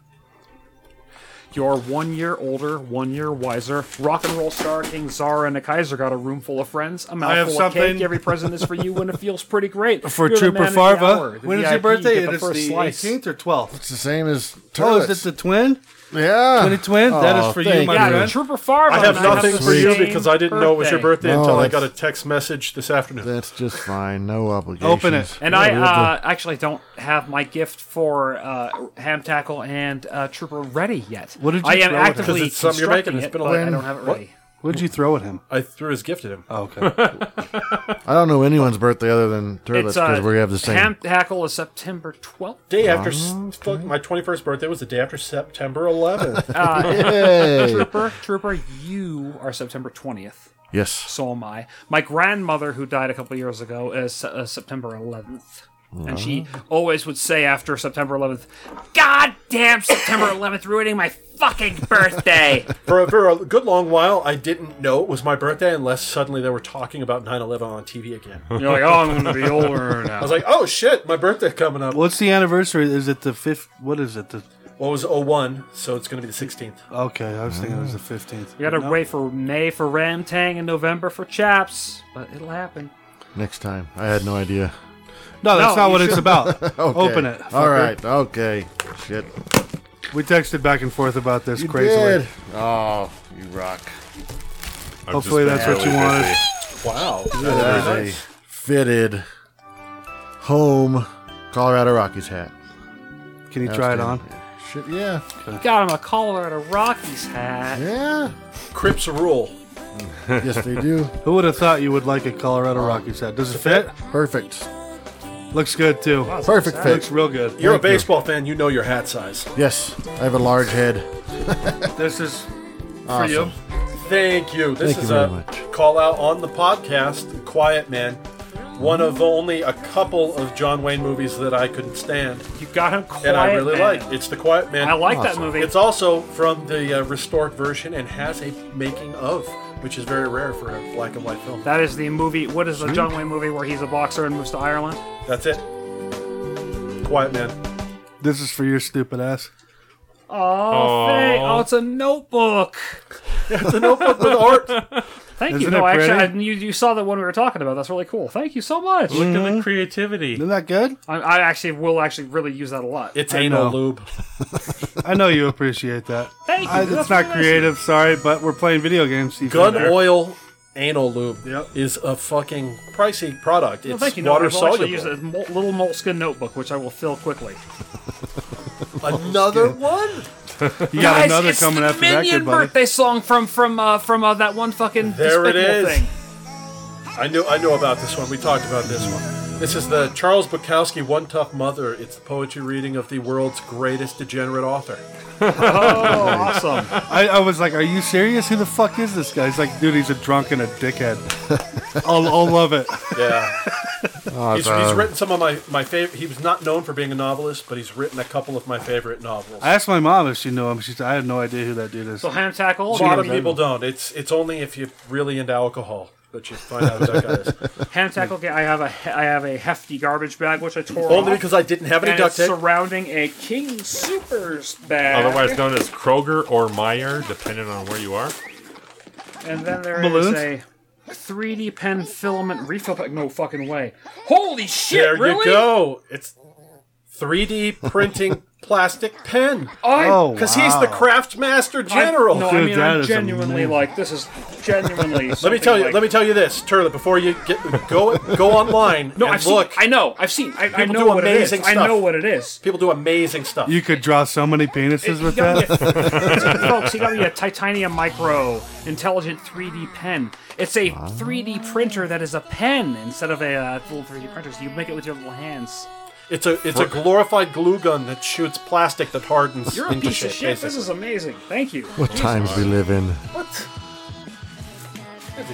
S1: Your one year older, one year wiser, rock and roll star King Zara and the Kaiser got a room full of friends, a
S5: have
S1: mouthful of cake.
S5: something.
S1: Every present is for you, and it feels pretty great.
S5: <laughs> For
S1: You're the
S5: Trooper
S1: man of the hour,
S5: Farva.
S1: the
S5: When is
S1: VIP,
S5: your birthday?
S1: get
S5: It
S1: the
S5: is the
S1: first slice.
S5: 18th or 12th.
S3: It's the same as
S5: Oh, is
S3: turlets.
S5: it the twin?
S3: Yeah. Oh,
S5: Twin twin? that is for you, my
S1: Yeah,
S5: friend.
S1: Trooper Farva.
S2: I have
S1: and I
S2: nothing
S1: the
S2: for you
S1: same
S2: because I didn't know it was your birthday
S3: No,
S2: until I got
S3: that's-
S2: a text message this afternoon.
S3: That's just fine. No obligation.
S1: And I uh, actually don't have my gift for uh, Ham Tackle and uh, Trooper ready yet.
S5: What did you
S1: I am
S5: throw at him?
S1: actively
S5: 'Cause it's something you're making.
S1: constructing
S5: It's
S1: it,
S5: been a
S1: but I
S5: while.
S1: don't have it
S5: What?
S1: ready.
S5: What did you throw at him?
S2: I threw his gift at him.
S5: Oh, okay.
S3: I don't know anyone's birthday other than turlets
S1: It's uh,
S3: because we have the same.
S1: Ham Tackle is September 12th.
S2: Day after s- fuck, my 21st birthday was the day after September 11th.
S1: Uh,
S5: <laughs>
S1: Trooper, Trooper, you are September 20th.
S3: Yes.
S1: So am I. My grandmother, who died a couple years ago, is uh, September 11th. And she always would say after September 11th, God damn September 11th ruining my fucking
S5: <laughs>
S1: birthday.
S2: for, a, for a good long while, I didn't know it was my birthday unless suddenly they were talking about 9 11 on TV <laughs> again.
S1: You're like, oh, I'm going to be older now.
S2: I was like, oh shit, my birthday coming up.
S5: <laughs> What's the anniversary? Is it the fifth? What is it? The
S2: Well, it was 01, so it's going to be the 16th.
S5: okay. I was thinking it was the fifteenth.
S1: You gotta wait for May for Ramtang and November for Chaps, but it'll happen.
S3: Next time. I had no idea.
S5: No, that's
S1: No,
S5: not
S1: you
S5: what it's
S1: should-
S5: <laughs> about.
S3: Okay.
S5: Open it.
S3: All
S5: fucker.
S3: right. Okay. Shit.
S5: We texted back and forth about this
S3: You
S5: crazily.
S3: did. Oh, you rock.
S5: I've Hopefully just that's been what you really wanted.
S2: Wow.
S3: That is a fitted home Colorado Rockies hat.
S5: Can you try it on?
S3: Shit, yeah.
S1: Got him a Colorado Rockies hat.
S3: Yeah.
S2: Crips rule.
S3: yes, they do.
S5: Who would have thought you would like a Colorado Rockies hat? Does it fit?
S3: Perfect.
S5: Looks good too.
S3: that's Perfect nice. fit.
S5: Looks real good.
S2: You're a
S3: Thank you.
S2: baseball fan, you know your hat size.
S3: Yes, I have a large head.
S5: This is for
S3: Awesome.
S5: you.
S2: Thank you. This
S3: Thank you
S2: is
S3: very
S2: a
S3: much.
S2: call out on the podcast, Quiet Man. One of only a couple of John Wayne movies that I couldn't stand,
S1: You got him quiet.
S2: and I really
S1: man.
S2: like. It's The Quiet Man.
S1: I like that
S3: Awesome.
S1: movie.
S2: It's also from the uh, restored version and has a making of, which is very rare for a black and white film.
S1: that is the movie. What is the John Wayne movie where he's a boxer and moves to Ireland?
S2: That's it. Quiet man.
S5: This is for your stupid ass.
S1: Oh, thank-
S5: Aw.
S1: oh, it's a notebook.
S2: it's a notebook with art.
S1: Thank you.
S5: Isn't
S1: No,
S5: it
S1: actually, I,
S5: pretty?
S1: you, you saw the one we were talking about. That's really cool. Thank you so much.
S4: Look at the creativity.
S5: Isn't that good?
S1: I, I actually will actually really use that a lot.
S2: It's
S5: I
S2: anal
S5: know.
S2: lube.
S5: I know you appreciate that.
S1: Thank you.
S5: I,
S1: That's
S5: it's not
S1: really nice.
S5: creative, sorry, but we're playing video games. Steve
S2: Gun
S5: Fender.
S2: oil anal lube
S5: Yep.
S2: is a fucking pricey product. It's
S1: No, thank you. No,
S2: water
S1: I've actually
S2: soluble.
S1: used a mol- little moleskin notebook, which I will fill quickly.
S2: Another one?
S5: You got
S1: Guys,
S5: another
S1: it's
S5: coming
S1: the
S5: after that,
S1: Minion
S5: good buddy.
S1: birthday song from from uh, from uh, that one fucking
S2: There it
S1: Despicable
S2: is. <laughs>
S1: thing.
S2: I knew I know about this one. We talked about this one. This is the Charles Bukowski One Tough Mother. It's the poetry reading of the world's greatest degenerate author.
S1: Oh, awesome!
S5: I, I was like, "Are you serious? Who the fuck is this guy?" He's like, "Dude, he's a drunk and a <laughs> dickhead." I'll, I'll love it. <laughs>
S2: Yeah. he's, he's
S3: Awesome.
S2: written some of my, my favorite. He was not known for being a novelist, but he's written a couple of my favorite novels.
S5: I asked my mom if she knew him. She said, "I had no idea who that dude is."
S1: So ham tackle,
S2: a lot of
S1: Jeremy.
S2: people don't. It's it's only if you're really into alcohol that you find out who that guy is. <laughs>
S1: ham tackle. I have a he- I have a hefty garbage bag which I tore
S2: Only
S1: off,
S2: because I didn't have any
S1: and
S2: duct
S1: it's
S2: tape.
S1: surrounding a King Supers bag.
S4: Otherwise known as Kroger or Meyer, depending on where you are.
S1: and then there is
S5: Balloons?
S1: a 3D pen filament refill pack. No fucking way! Holy shit!
S2: there
S1: really?
S2: you go. It's 3D
S5: <laughs>
S2: printing plastic pen.
S1: I,
S5: Oh,
S2: Because he's the craft master
S1: I-
S2: general.
S1: no, I
S5: Dude,
S1: mean
S5: that
S1: I'm
S5: is
S1: genuinely
S5: amazing.
S1: like this is genuinely.
S2: <laughs> Let me tell you.
S1: Like,
S2: let me tell you this, Turlet. Before you get go go online
S1: No,
S2: and
S1: I've
S2: look.
S1: seen. I know. I've seen. I, I
S2: People
S1: know
S2: do
S1: what it is.
S2: amazing
S1: I
S2: stuff.
S1: know what it is.
S2: People do amazing stuff.
S5: You could draw so many penises with
S1: He got
S5: that.
S1: me
S5: <laughs>
S1: a- folks, he got me a Titanium Micro intelligent 3D pen. It's a 3D printer that is a pen instead of a uh, little 3D printer. So you make it with your little hands.
S2: it's a it's a glorified glue gun that shoots plastic that hardens
S1: You're a
S2: into
S1: piece
S2: shape.
S1: of shit. This
S2: basically.
S1: is amazing. Thank you.
S3: What times we live in.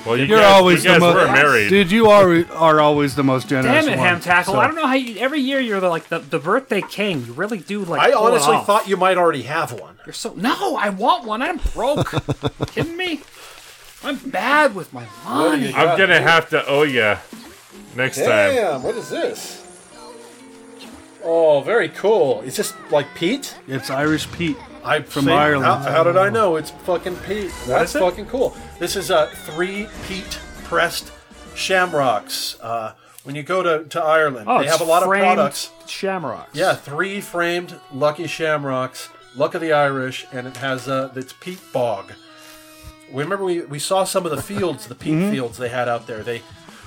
S4: Well, you
S5: You're
S4: guys,
S5: always
S4: you guys
S5: the most
S4: were married.
S5: Dude, you are are always the most generous.
S1: Damn it,
S5: one,
S1: Ham Tackle.
S5: so.
S1: I don't know how you. Every year you're the, like the, the birthday king. You really do like.
S2: I
S1: pull it
S2: honestly
S1: off.
S2: thought you might already have one.
S1: You're so. No, I want one. I'm
S5: <laughs>
S1: broke. kidding me? I'm bad with my money.
S4: I'm gonna have to owe you next time.
S2: what is this? Oh, very cool. Is this like Pete?
S5: It's Irish Pete.
S2: I
S5: From
S2: see,
S5: Ireland.
S2: How, how did I know? It's fucking Pete. That's
S5: is it?
S2: fucking cool. This is uh, three Pete pressed shamrocks. Uh, when you go to, to Ireland,
S1: Oh,
S2: they
S1: it's
S2: have a lot of
S1: framed
S2: products.
S1: Shamrocks.
S2: Yeah, three framed Lucky Shamrocks, Luck of the Irish, and it has uh, its peat bog. We remember we, we saw some of the fields, the peat
S5: Mm-hmm.
S2: fields they had out there. They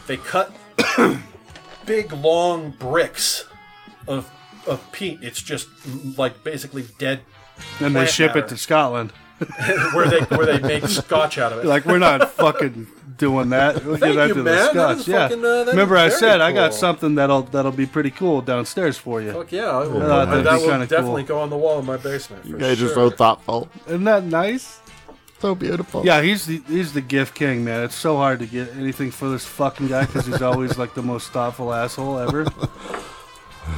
S2: they cut <coughs> big long bricks of of peat. It's just mm, like basically dead
S5: And they
S2: Plant
S5: ship it
S2: matter.
S5: to Scotland.
S2: where they where they make scotch out of it.
S5: Like we're
S1: <laughs>
S5: not fucking doing that. We'll
S2: Thank
S5: give that
S2: you,
S5: to
S2: man.
S5: the
S2: That
S5: Scots.
S2: is
S5: yeah.
S2: fucking, uh, that
S5: Remember,
S2: is
S5: I
S2: very
S5: said I got
S2: cool.
S5: something that'll that'll be pretty cool downstairs for you.
S2: Fuck yeah, I will,
S5: Yeah, uh, that'd
S2: that
S5: be
S2: will
S5: kinda
S2: definitely
S5: cool.
S2: go on the wall in my basement.
S3: You
S2: for
S3: guys are
S2: sure.
S3: so thoughtful.
S5: Isn't that nice?
S3: So beautiful.
S5: Yeah, he's the he's the gift king, man. It's so hard to get anything for this fucking guy because he's always like the most thoughtful
S2: <laughs>
S5: asshole ever.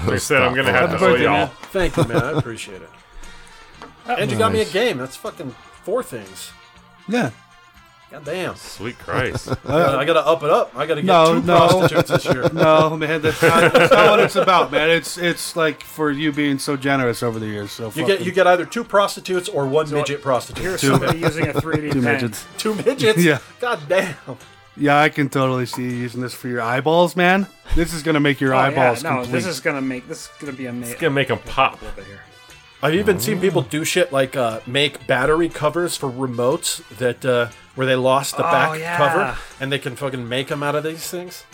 S4: Like I said, I'm gonna have to owe
S5: birthday,
S4: y'all.
S5: man.
S2: Thank you, man. I appreciate it. and you got me a game. That's fucking four things.
S5: Yeah.
S2: God damn.
S4: Sweet Christ.
S2: I gotta up it up. I gotta get
S5: Uh, No,
S2: two
S5: no.
S2: prostitutes this year.
S5: <laughs> No, man, that's not, that's not what it's about, man. It's it's like for you being so generous over the years. So
S2: You get you get either two prostitutes or one midget prostitute.
S5: <laughs>
S1: Here's somebody using a 3D pen.
S5: two midgets.
S2: two midgets.
S5: Yeah.
S2: God damn.
S5: Yeah, I can totally see you using this for your eyeballs, man. This is gonna make your
S1: Oh, yeah,
S5: eyeballs
S1: no,
S5: complete.
S1: this is gonna make this is gonna be amazing.
S4: It's gonna make them pop.
S2: I've even seen people do shit like uh, make battery covers for remotes that uh, where they lost the back
S1: yeah.
S2: cover, and they can fucking make them out of these things.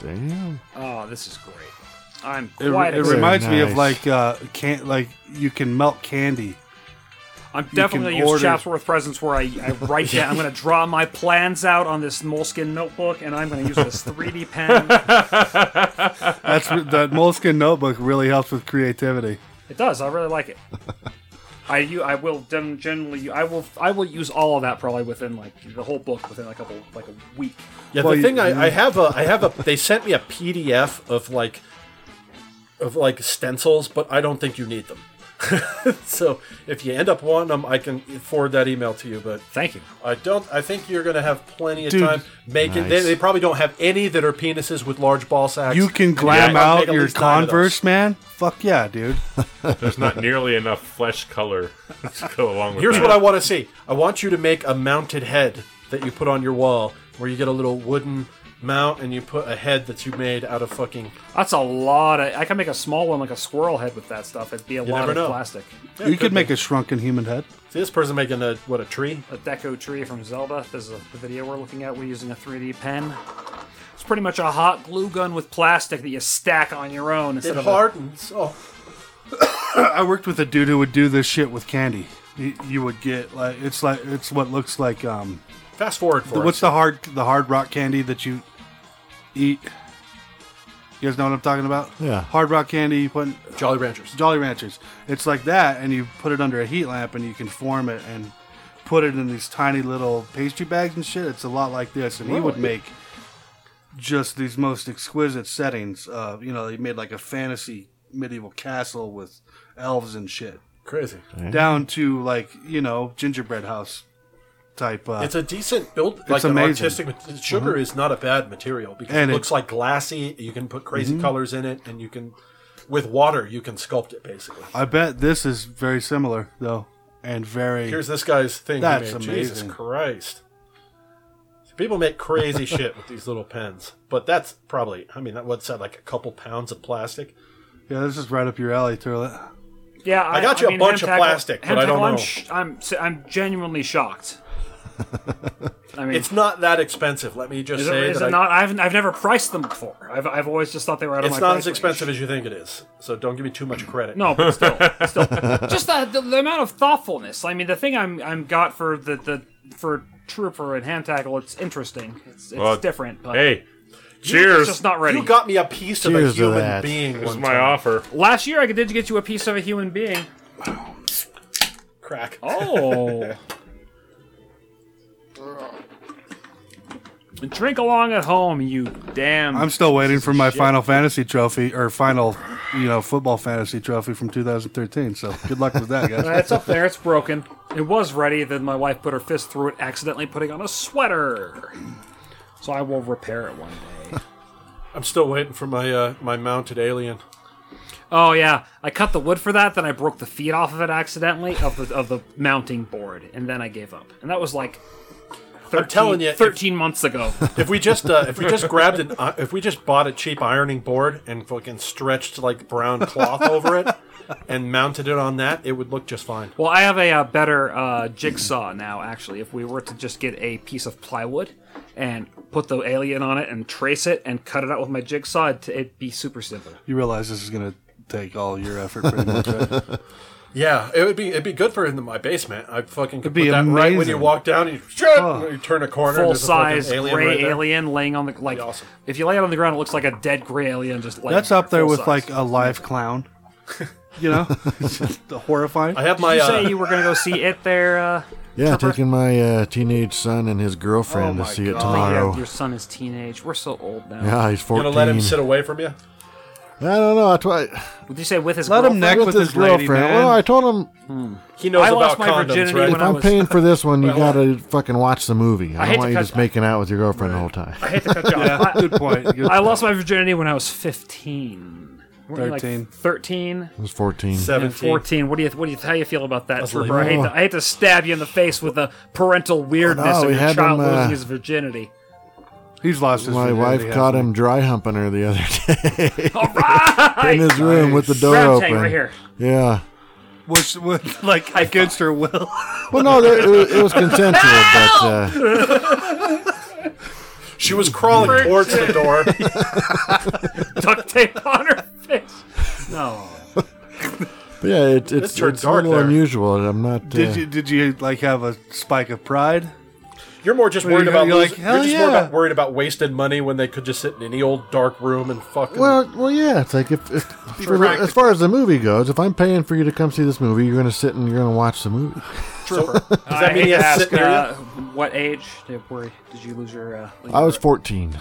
S3: Damn.
S1: Oh, this is great. I'm
S5: it,
S1: quite.
S5: it
S1: excited.
S5: reminds me of
S3: nice.
S5: like uh, can like you can melt candy.
S1: I'm definitely gonna use
S5: order-
S1: Chatsworth presents where I, I write down.
S5: <laughs>
S1: I'm gonna draw my plans out on this moleskin notebook, and I'm gonna use
S5: <laughs>
S1: this 3D pen.
S5: That's re- that moleskin notebook really helps with creativity.
S1: It does. I really like it. I you I will dem- generally I will I will use all of that probably within like the whole book within a couple like a week.
S2: Yeah,
S5: Well,
S2: the
S5: you-
S2: thing I, I have a I have a they sent me a PDF of like of like stencils, but I don't think you need them. <laughs> so if you end up wanting them, I can forward that email to you. But
S1: thank you.
S2: I don't. I think you're going to have plenty of
S5: Dude.
S2: time making. They,
S5: Nice.
S2: they probably don't have any that are penises with large ball sacks.
S5: You can
S2: And
S5: glam
S2: I'll make
S5: out
S2: at
S5: your
S2: least nine of those.
S5: Converse, man. Fuck yeah, dude.
S4: There's not nearly enough flesh color to go along with
S2: Here's
S4: that.
S2: what I want to see. I want you to make a mounted head that you put on your wall, where you get a little wooden mount and you put a head that you made out of fucking.
S1: That's a lot of. I can make a small one like a squirrel head with that stuff. It'd be a
S2: You
S1: lot
S2: never
S1: of
S2: know.
S1: plastic.
S2: Yeah,
S5: you
S2: could
S5: could make a shrunken human head.
S2: See this person making a what a tree.
S1: A deco tree from Zelda. This is a, the video we're looking at. We're using a 3D pen. It's pretty much a hot glue gun with plastic that you stack on your own instead
S2: It
S1: of
S2: hardens. Oh,
S5: I worked with a dude who would do this shit with candy. You, you would get like it's like it's what looks like um
S2: fast forward
S5: the-
S2: for
S5: what's
S2: us.
S5: the hard the hard rock candy that you eat? You guys know what I'm talking about?
S3: Yeah.
S5: Hard rock candy you put in
S2: Jolly Ranchers?
S5: Jolly Ranchers. It's like that and you put it under a heat lamp and you can form it and put it in these tiny little pastry bags and shit. It's a lot like this and he would make just these most exquisite settings. Uh, you know, he made like a fantasy medieval castle with elves and shit
S2: Crazy.
S5: down to like you know gingerbread house type. Uh,
S2: It's a decent build. Like
S5: It's
S2: an
S5: amazing. Mm-hmm.
S2: artistic mat- sugar is not a bad material because it
S5: And it- Mm-hmm.
S2: looks like glassy. You can put crazy colors in it, and you can, with water, you can sculpt it basically.
S5: I bet this is very similar though, and very.
S2: Here's this guy's thing. he
S5: That's
S2: made. Jesus
S5: amazing.
S2: Christ. So people make
S5: <laughs>
S2: crazy shit with these little pens, but that's probably. I mean, that what's that like a couple pounds of plastic?
S5: yeah, this is right up your alley, Turlet.
S1: Yeah, I,
S2: got you a
S1: mean,
S2: bunch
S1: hand
S2: of
S1: tackle-
S2: plastic, but
S1: hand
S2: I don't
S1: tackle, I'm
S2: know.
S1: sh- I'm, s- I'm genuinely shocked. I mean,
S2: It's not that expensive. Let me just
S1: is it,
S2: say
S1: is
S2: that
S1: it
S2: I-
S1: not? I've, I've never priced them before. I've, I've always just thought they were out of my
S2: it's not
S1: price
S2: as
S1: range.
S2: expensive as you think it is. So don't give me too much credit.
S1: No, but
S2: <laughs>
S1: still, still, just the, the, the amount of thoughtfulness. I mean, the thing I'm I'm got for the, the for trooper and hand tackle. It's interesting. It's, it's
S4: Well,
S1: different. But
S4: Hey,
S1: it's
S4: cheers.
S1: just not ready.
S2: You got me a piece of a
S3: Cheers to
S2: human
S3: that.
S2: being.
S4: This is
S2: one
S4: my
S2: time.
S4: offer.
S1: Last year, I did get you a piece of a human being.
S2: crack.
S1: Oh. Drink along at home, you damn.
S5: I'm still waiting for my Final Fantasy trophy or final, you know, football fantasy trophy from 2013. So good luck with that,
S2: <laughs>
S1: Uh,
S5: guys.
S1: it's up there. It's broken. It was ready. Then my wife put her fist through it, accidentally putting on a sweater. So I will repair it one day.
S2: I'm still waiting for my uh, my mounted alien.
S1: Oh yeah, I cut the wood for that. Then I broke the feet off of it accidentally of the of the mounting board, and then I gave up. And that was like. 13,
S2: telling you, if-
S1: thirteen months ago.
S2: If we just uh, if we just grabbed an i- if we just bought a cheap ironing board and fucking stretched like brown cloth over it and mounted it on that, it would look just fine.
S1: well, I have a, uh better uh, jigsaw now. Actually, if we were to just get a piece of plywood and put the alien on it and trace it and cut it out with my jigsaw, it'd, it'd be super simple.
S5: you realize this is gonna take all your effort, pretty much.
S2: <laughs>
S5: Right?
S2: Yeah, it would be it'd be good for in my basement. I fucking could
S5: be
S2: put that right when you
S5: amazing.
S2: walk down and you, shut, and you turn a corner. and
S1: full
S2: there's a fucking
S1: size
S2: alien
S1: gray
S2: right there.
S1: alien laying on the like.
S2: awesome.
S1: If you lay it on the ground, it looks like a dead gray alien. Just like
S5: That's up there with like uh, a live clown.
S2: <laughs>
S5: You know, It's just horrifying.
S2: I have
S1: Did
S2: my
S1: you say
S2: uh,
S1: you were gonna go see it there?
S5: <laughs>
S1: Uh,
S3: Yeah,
S1: Trooper?
S3: taking my uh, teenage son and his girlfriend to see it tomorrow.
S1: Yeah, your son is teenage. We're so old now.
S3: Yeah, he's
S2: you
S3: 14.
S2: gonna let him sit away from you.
S3: I don't know. I, t- I
S1: Did you say with his
S5: Let him
S1: girlfriend?
S5: neck
S3: with,
S5: with
S3: his
S5: his lady,
S3: girlfriend.
S5: man.
S3: well, I told him
S2: He knows
S1: I
S2: about
S1: lost my
S2: condoms,
S1: virginity
S2: right?
S1: when
S3: if I'm
S1: was-
S3: paying for this one, you
S2: Well,
S3: gotta fucking watch the movie. I,
S1: hate
S3: don't
S1: to
S3: want you
S1: cut-
S3: just making out with your girlfriend the whole time.
S1: I hate to cut you <laughs> off.
S5: yeah, good point. Good
S1: I lost my virginity when I was fifteen. Weren't you, like,
S5: 13.
S1: Thirteen.
S3: I was 14.
S1: And
S2: Seventeen.
S1: 14. What do you? What do you? How you feel about that,
S2: That's
S1: Trooper? I hate,
S3: lame.
S1: to, I hate to stab you in the face with the parental weirdness
S3: we
S1: of your
S3: had
S1: child
S3: him, uh,
S1: losing his virginity.
S5: He's lost his.
S3: My
S5: virginity,
S3: wife
S5: hasn't
S3: caught
S5: he?
S3: him dry humping her the other <laughs> day
S1: All right.
S3: in his room with the door
S1: Grab
S3: open.
S1: tank right here.
S3: Yeah.
S5: was, was <laughs> like against her will.
S3: Well, no, that, it, was- it was consensual, but uh,
S2: She was crawling towards the
S1: <laughs>
S2: door.
S1: duct tape <laughs> on her face. No.
S3: but yeah, it, it's,
S2: turned
S3: it's a
S2: dark
S3: little
S2: there.
S3: unusual. I'm not. uh,
S5: Did you did you like have a spike of pride?
S2: You're more just
S5: Well,
S2: worried
S5: you're
S2: about
S5: like,
S2: losing-
S5: "Hell
S2: you're just more
S5: yeah."
S2: about worried about wasted money when they could just sit in any old dark room and fucking.
S3: Well, well, yeah. It's like if, if for the- as far as the movie goes, if I'm paying for you to come see this movie, you're going to sit and you're going to watch the movie.
S1: Trooper. Does that I
S2: mean
S1: hate
S2: he
S1: to
S2: has to
S1: ask
S2: sit near
S1: uh, what age did, were, did you lose your? Uh,
S3: I was 14.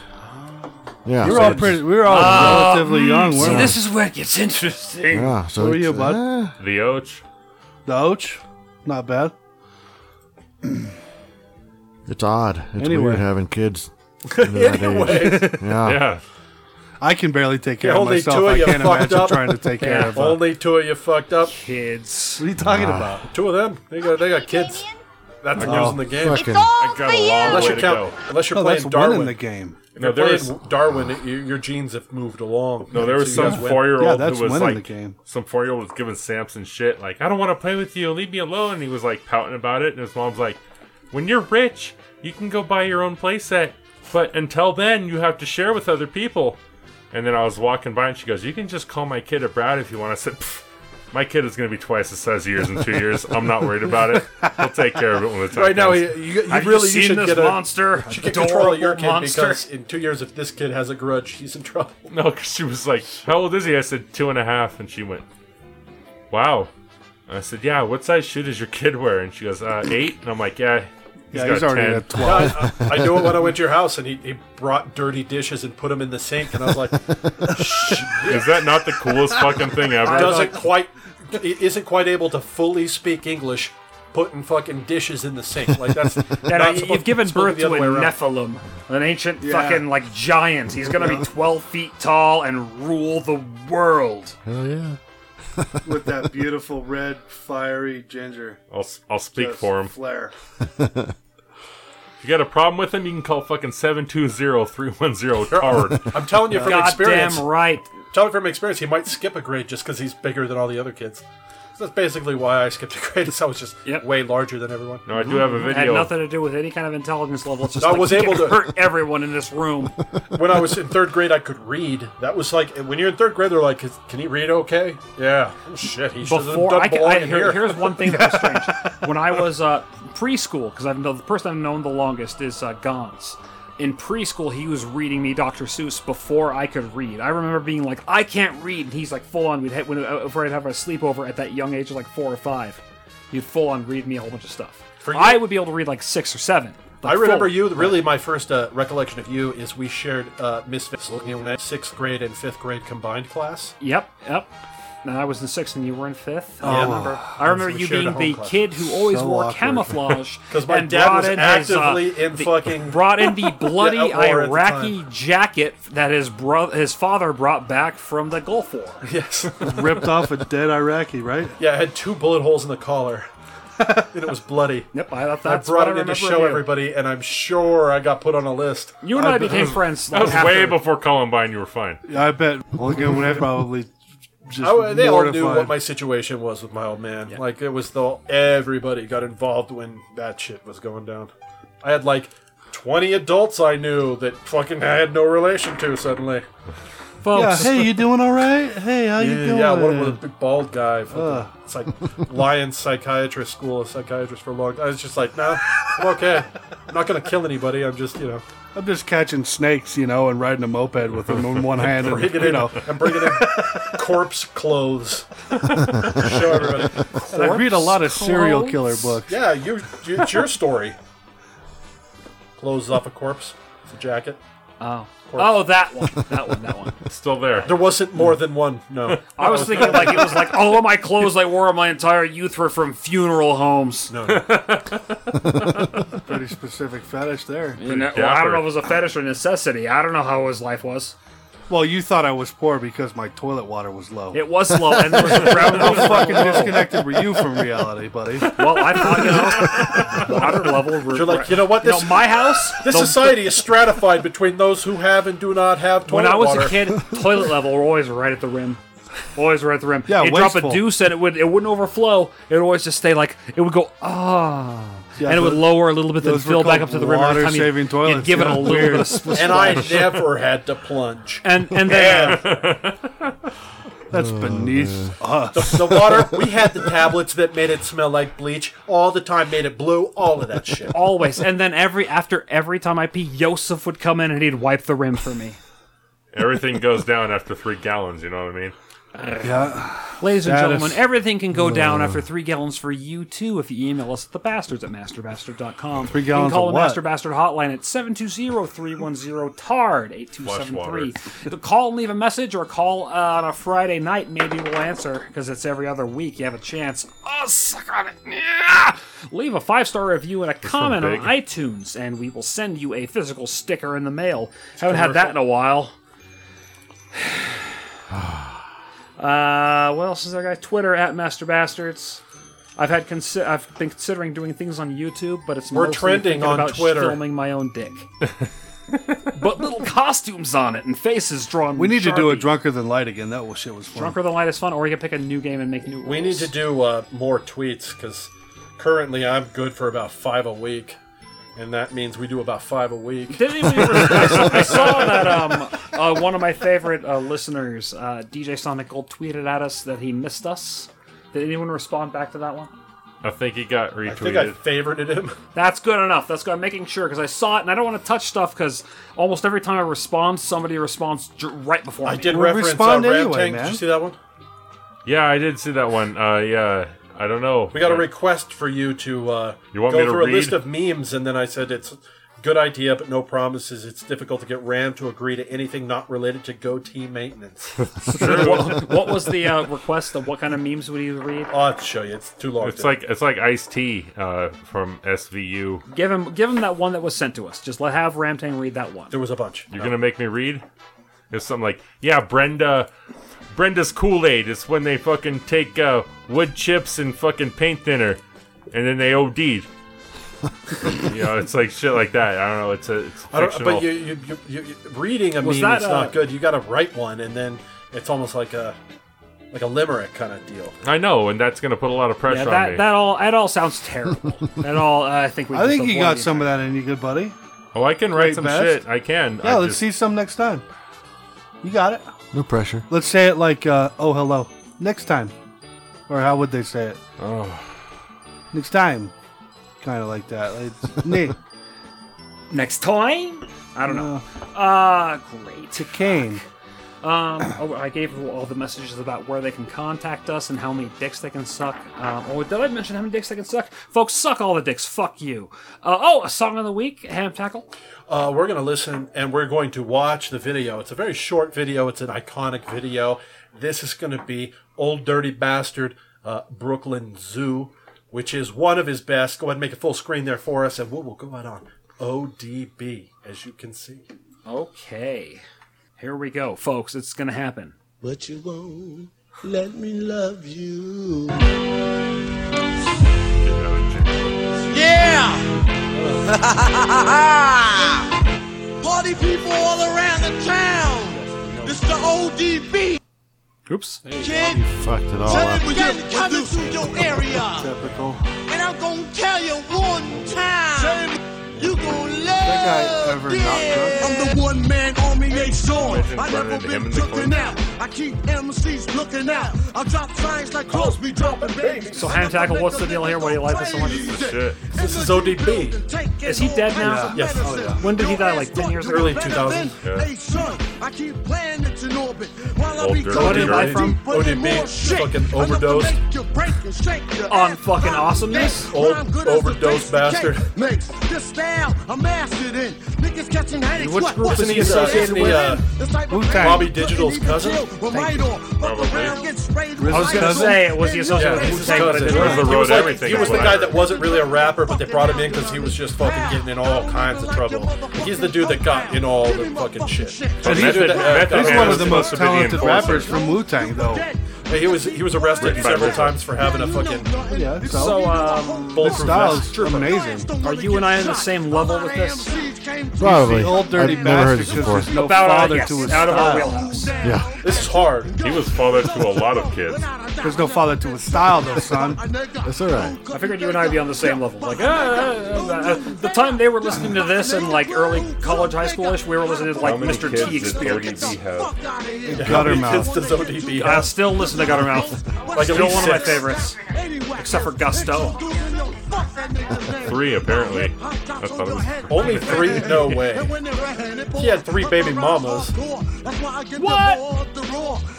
S3: Yeah,
S5: You were
S3: so
S5: all
S3: it's-
S5: pretty. We were all
S2: Ah,
S3: Oh,
S5: relatively
S3: mm,
S5: young.
S3: see,
S5: weren't we?
S3: this is
S1: where it gets interesting.
S3: Yeah, so
S5: What were you,
S3: it's, uh,
S5: bud?
S4: The Oach.
S5: The Ouch, not bad.
S3: It's odd. It's
S5: Anyway.
S3: weird having kids. in that age.
S5: <laughs> Anyway.
S3: yeah.
S5: I can barely take care of
S2: only
S5: myself.
S2: two of
S5: I
S2: you
S5: can't
S2: fucked
S5: imagine
S2: up.
S5: trying to take care of. uh,
S2: Only two of you fucked up.
S1: Kids.
S5: What are you talking about?
S2: Two of them. They got they got kids. That's
S5: Oh,
S2: news in the game.
S5: fucking- It's all
S4: I got a for long you.
S2: unless
S4: way
S2: you're
S4: to
S2: count-
S4: go.
S2: Unless
S5: Oh,
S2: you're
S4: No,
S2: playing
S4: that's winning
S2: Darwin
S4: the
S5: game.
S2: If
S4: No,
S2: you're
S4: there
S2: playing
S4: was-
S2: Darwin, it- your, your genes have moved along.
S4: No, there was
S2: So you
S4: some
S2: guys win.
S4: four year old who was like, some four year old was giving Samson shit, like, I don't want to play with you, leave me alone. And he was like pouting about it. And his mom's like, When you're rich, you can go buy your own playset. But until then, you have to share with other people. And then I was walking by and she goes, You can just call my kid a brat if you want. I said, "Pff, My kid is going to be twice the size of yours in two years. I'm not worried about it. I'll take care of it when the time
S2: Right now,
S4: comes."
S2: you, you, you really you should get a, <laughs> you should get control of your kid because in two years, if this kid has a grudge, he's in trouble. <laughs>
S4: <laughs> No, because she was like, "How old is he?" I said, two and a half," and she went, "Wow." And I said, "Yeah, what size shoe does your kid wear?" And she goes, uh, eight. And I'm like, "Yeah,
S2: Yeah,
S4: got
S2: he's already
S4: 10."
S2: at 12. I, I knew it when I went to your house, and he, he brought dirty dishes and put them in the sink, and I was like,
S4: <laughs> Is that not the coolest fucking thing ever?
S2: Doesn't quite, i- isn't quite able to fully speak English, putting fucking dishes in the sink like
S1: <laughs>
S2: that's.
S1: And
S2: not
S1: I,
S2: supposed-
S1: you've given
S2: supposed
S1: birth
S2: be the
S1: to a
S2: other way around.
S1: Nephilim, an ancient
S2: Yeah.
S1: fucking like giant. He's gonna be twelve feet tall and rule the world.
S3: Hell yeah.
S5: With that beautiful red, fiery ginger.
S4: I'll s- I'll speak
S5: Just
S4: for him.
S5: Flare.
S4: If you got a problem with him, you can call fucking 720-310-TARD.
S2: I'm telling you from
S1: Goddamn
S2: experience.
S1: right.
S2: Tell me from experience, he might skip a grade just because he's bigger than all the other kids. So that's basically why I skipped a grade. <laughs> Is I was just way larger than everyone.
S4: No, I do have a
S1: It had nothing to do with any kind of intelligence level. It's just
S2: I
S1: like,
S2: was
S1: you
S2: able
S1: can
S2: to-
S1: hurt everyone in this
S2: <laughs>
S1: room.
S2: when I was in third grade, I could read. That was like when you're in third grade, they're like, "Can can he read okay?" Yeah. Oh, shit, he should have
S1: before
S2: done
S1: I, can,
S2: belong
S1: I
S2: in
S1: here,
S2: here.
S1: here's one thing that was
S2: <laughs>
S1: strange. when I was uh, preschool, because I've known the person I've known the longest is uh, Gons. In preschool, he was reading me Dr. Seuss before I could read. I remember being like, "I can't read," and he's like, "Full on." We'd ha- when, uh, before I'd have a sleepover at that young age, of like four or five, he'd full on read me a whole bunch of stuff. I would be able to read like six or seven.
S2: I
S1: like,
S2: remember
S1: full.
S2: you. Really, my first uh, recollection of you is we shared uh, Misfits looking at sixth grade and fifth grade combined class.
S1: Yep, yep. And I was in sixth, and you were in fifth.
S2: Yeah.
S1: I remember. I
S2: Oh,
S1: remember
S2: so we
S1: you
S2: shared a
S1: being
S2: whole
S1: the
S2: class.
S1: kid who always
S2: So
S1: wore
S2: awkward.
S1: camouflage
S2: <laughs> 'Cause my
S1: and
S2: dad
S1: brought
S2: was
S1: in his, uh,
S2: actively in
S1: the- <laughs>
S2: fucking-
S1: brought in the bloody
S2: <laughs> Yeah, at war at the
S1: Iraqi jacket that his brother, his father, brought back from the Gulf
S2: <laughs>
S1: War.
S2: Yes,
S5: Ripped off a dead Iraqi, right?
S2: Yeah, I had two bullet holes in
S1: <laughs>
S2: the collar, and it was bloody.
S1: Yep, I,
S2: I
S1: that's
S2: brought
S1: what I
S2: it in
S1: remember
S2: to show
S1: you.
S2: everybody, and I'm sure I got put on a list.
S1: You and I became friends,
S4: That was way before Columbine. You were fine.
S5: I bet Logan would have probably just
S2: I wa- they all knew
S5: mortified.
S2: what my situation was with my old man. Like it was the everybody got involved when that shit was going down. I had like twenty adults I knew that fucking I had no relation to suddenly. <laughs>
S5: Yeah, hey, you doing all right? Hey, how you doing?
S2: Yeah, one with a big bald guy. From
S5: Ugh.
S2: it's like Lions Psychiatrist School of Psychiatrists for a long. I was just like, nah, I'm okay. I'm not gonna kill anybody. I'm just you know.
S5: I'm just catching snakes, you know, and riding a moped with them in <laughs> one hand, and
S2: bringing
S5: you
S2: in,
S5: know,
S2: I'm bringing in corpse clothes. Show everybody.
S5: And I read a lot of serial
S2: Corpse
S5: killer
S2: clothes?
S5: books.
S2: Yeah, you, you, it's your story. Clothes off a corpse. It's a jacket.
S1: Oh. Oh, that one. That one. That one.
S4: Still there.
S2: There wasn't more than one. No.
S1: I was thinking like it was like all of my clothes I wore my entire youth were from funeral homes.
S2: No.
S5: <laughs> pretty specific fetish there.
S1: You know, well, I don't know if it was a fetish or necessity. I don't know how his life was.
S5: Well, you thought I was poor because my toilet water was low.
S1: It was low, and there was
S5: <laughs>
S1: a brown
S5: How
S1: level.
S5: fucking disconnected were you from reality, buddy?
S1: Well, I thought you know, water level. Re-
S2: You're like, you know what?
S1: You
S2: This
S1: my house.
S2: This
S1: the-
S2: society is stratified between those who have and do not have toilet
S1: When I was
S2: water.
S1: a kid,
S2: <laughs>
S1: toilet level were always right at the rim. Always right at the rim.
S5: Yeah,
S1: you drop
S5: wasteful.
S1: a deuce and it would it wouldn't overflow. It would always just stay like it would go ah,
S5: Yeah,
S1: and it would
S5: those-
S1: lower a little bit, then
S5: those were
S1: fill back up
S5: called
S1: to the rim. Every time you-
S5: water-saving
S1: you'd
S5: toilets,
S1: give it
S5: yeah.
S1: a little
S5: Weird. <laughs>
S1: bit of spl-
S2: and I
S1: splash.
S2: never had to plunge.
S1: and and then
S5: That's beneath us.
S2: The water, we had the tablets that made it smell like bleach all the time, made it blue, all of that shit.
S1: always and then every after every time I pee, Yosef would come in and he'd wipe the rim for me.
S4: Everything goes down after three gallons. You know what I mean?
S5: Yeah.
S1: Ladies and
S5: That
S1: gentlemen,
S5: is-
S1: everything can go down
S5: Ugh.
S1: after three gallons for you too if you email us at thebastards at masterbastard.com.
S5: Three
S1: you can
S5: gallons
S1: call
S5: of
S1: the
S5: what?
S1: Master Bastard hotline at 720-310-TARD, 8273. call and leave a message or call uh, on a Friday night. Maybe we'll answer because it's every other week. You have a chance. Oh, suck on it. Yeah! Leave a five-star review and a comment on
S4: big.
S1: iTunes, and we will send you a physical sticker in the mail. Haven't had that in a while. Uh, what else is there, guys? Twitter at Master Bastards. I've had consi- I've been considering doing things on YouTube, but it's
S2: We're
S1: mostly
S2: trending
S1: thinking
S2: on
S1: about
S2: Twitter.
S1: filming my own
S2: <laughs>
S1: dick, but little costumes on it and faces drawn.
S5: We
S1: with
S5: need to do a
S1: Sharpie.
S5: drunker than light again. That was shit was fun.
S1: drunker than light is fun, or you can pick a new game and make new.
S2: We need
S1: rules.
S2: to do uh, more tweets because currently I'm good for about five a week, and that means we do about five a
S1: <laughs>
S2: week.
S1: Did anybody ever, I, saw, I saw that um, uh, one of my favorite uh, listeners, uh, DJ Sonic Gold, tweeted at us that he missed us. Did anyone respond back to that one?
S4: I think he got
S2: I think I
S4: retweeted.
S2: favorited him.
S1: That's good enough. That's good. I'm making sure because I saw it and I don't want to touch stuff because almost every time I respond, somebody responds j- right before
S2: <laughs> I
S1: me.
S2: did
S5: Well,
S2: reference uh,
S5: respond
S2: Ram
S5: anyway,
S2: Tank. Did
S5: man.
S2: you see that one?
S4: yeah, I did see that one. Uh, yeah, I don't know.
S2: We got a request for you to uh,
S4: You want
S2: go
S4: me to
S2: through
S4: read?
S2: a list of memes, and then I said it's a good idea, but no promises. It's difficult to get Ram to agree to anything not related to goatee
S4: <laughs>
S2: maintenance.
S1: what, what was the uh, request of what kind of memes would you read?
S2: I'll have to show you. It's too long.
S4: It's like it's like Ice T uh, from SVU.
S1: Give him, give him that one that was sent to us. Just let have Ramtang read that one.
S2: there was a bunch.
S4: You're gonna make me read? It's something like, yeah, Brenda, Brenda's Kool Aid. It's when they fucking take uh, wood chips and fucking paint thinner, and then they OD'd. <laughs> you know, it's like shit like that. I don't know. It's a it's
S2: I
S4: fictional.
S2: don't, but you, you, you, you, you- reading a
S1: Was
S2: meme
S1: that,
S2: is
S1: uh,
S2: not good. You got to write one, and then it's almost like a like a limerick kind of deal.
S4: I know, and that's gonna put a lot of pressure
S1: yeah,
S4: on me.
S1: that, that all that all sounds terrible. that all uh, I think we.
S5: I
S1: just
S5: think you got
S1: avoided.
S5: some of that in you, good buddy.
S4: oh, I can write
S5: Great
S4: some
S5: best.
S4: shit. I can.
S5: Yeah,
S4: I
S5: let's
S4: just-
S5: see some next time. You got it.
S3: No pressure.
S5: Let's say it like, uh, "Oh, hello," next time, or how would they say it?
S4: Oh,
S5: Next time, kind of like that. <laughs> Like, Nick,
S1: next time. I don't know.
S5: uh,
S1: Uh, great.
S5: to Kane.
S1: Um, oh, I gave all the messages about where they can contact us and how many dicks they can suck. Um, oh, did I mention how many dicks they can suck? Folks, suck all the dicks. Fuck you. Uh, oh, a song of the week, Ham Tackle.
S2: Uh, we're going to listen and we're going to watch the video. It's a very short video, it's an iconic video. This is going to be Old Dirty Bastard uh, Brooklyn Zoo, which is one of his best. Go ahead and make a full screen there for us, and we'll, we'll go out on ODB, as you can see.
S1: Okay. Here we go, folks. It's going to happen.
S12: But you won't let me love you. Yeah! <laughs> Party people all around the town! It's the ODB,
S1: Oops.
S12: kid!
S3: Fucked it all
S12: Tell
S3: up.
S12: them we got coming to your area!
S5: Typical.
S12: And I'm gonna tell you one time! You gonna love
S5: That guy ever not drunk?
S12: I'm the one man army Nate Zorn.
S4: Imagine
S12: I
S4: running
S12: never
S4: into him in
S12: been
S4: the
S12: looking
S4: club.
S12: out. I keep MCs looking out. I drop signs like Crosby dropping babies.
S1: So, Ham Tackle, what's the deal here? Why do you like this so much?
S4: shit.
S2: This is ODB.
S1: Is he dead now?
S2: Yes. Oh, yeah.
S1: When did he die? Like 10 years ago?
S2: Early 2000.
S4: Yeah.
S12: Hey, son, I keep playing it in orbit while I
S4: Old
S12: be
S4: Dirty
S12: going
S1: Dirty.
S12: deep,
S1: From
S12: but
S2: ODB,
S12: in more shit.
S2: fucking
S12: Enough to
S2: overdosed.
S12: make you break and shake your
S1: On
S12: ass.
S1: fucking
S12: I'm
S1: awesomeness?
S12: dead.
S2: Old
S12: I'm good as the
S2: overdose
S12: face the cake
S2: bastard.
S12: Makes this style I mastered in. Niggas catching headaches.
S1: which
S12: what-
S1: group
S12: what
S1: is he
S12: you
S2: associated
S12: said
S2: with?
S12: within. This type of
S5: Wu-Tang.
S2: uh, Bobby
S12: pain
S2: Digital's
S12: couldn't even
S2: cousin?
S12: chill with right arm. Fuck
S4: Probably.
S12: around, get sprayed
S5: I was
S12: with
S5: gonna
S12: ice.
S1: say, it was he
S12: In
S1: associated
S12: your
S1: with
S12: face.
S1: Wu-Tang, but it
S2: He
S1: didn't.
S2: was
S1: Where's the
S4: road
S2: like-
S4: everything
S2: he was the
S4: is
S2: guy
S4: black.
S2: that wasn't really a rapper, but they brought him in because he was just fucking getting in all kinds of trouble. He's the dude that got in all the fucking shit.
S4: But
S2: He's the dude
S4: Method-
S2: that- uh,
S4: Method
S5: He's
S4: Man
S5: one
S4: was
S5: of the
S4: supposed
S5: most
S4: to be the
S5: talented
S4: enforcer.
S5: rappers from Wu Tang, though.
S2: He was he was arrested
S4: Written by
S2: several
S4: Method.
S2: times for having a fucking
S5: Yeah, so,
S1: So, um,
S5: his
S2: bulletproof
S5: style
S2: vest.
S5: is amazing.
S1: are you and I on the same level with this?
S3: Probably.
S5: The old dirty
S3: I've never heard
S5: bastard
S3: this
S5: 'cause
S3: before.
S5: there's no
S1: About our,
S5: father
S1: yes,
S5: to his
S1: out of our
S5: style.
S1: wheelhouse.
S3: Yeah.
S2: This is hard.
S4: He was father to a lot of kids.
S5: There's no father to his style, though, son.
S3: That's all right.
S1: I figured you and I would be on the same level. Like, uh, the time they were listening to this in like early college, high schoolish, we were listening to like
S4: How many
S1: Mr.
S4: kids
S1: T
S4: does
S1: Experience.
S4: ODB have?
S5: Gutter
S2: Kids
S5: mouth.
S2: does ODB
S1: I
S2: have?
S1: Uh, still listen to Guttermouth.
S2: Like at
S1: Still
S2: least
S1: one of my
S2: six.
S1: favorites. Except for Gusto.
S4: Three apparently. I thought it was
S2: Only three?
S4: <laughs>
S2: No way. He had three baby mamas.
S12: What?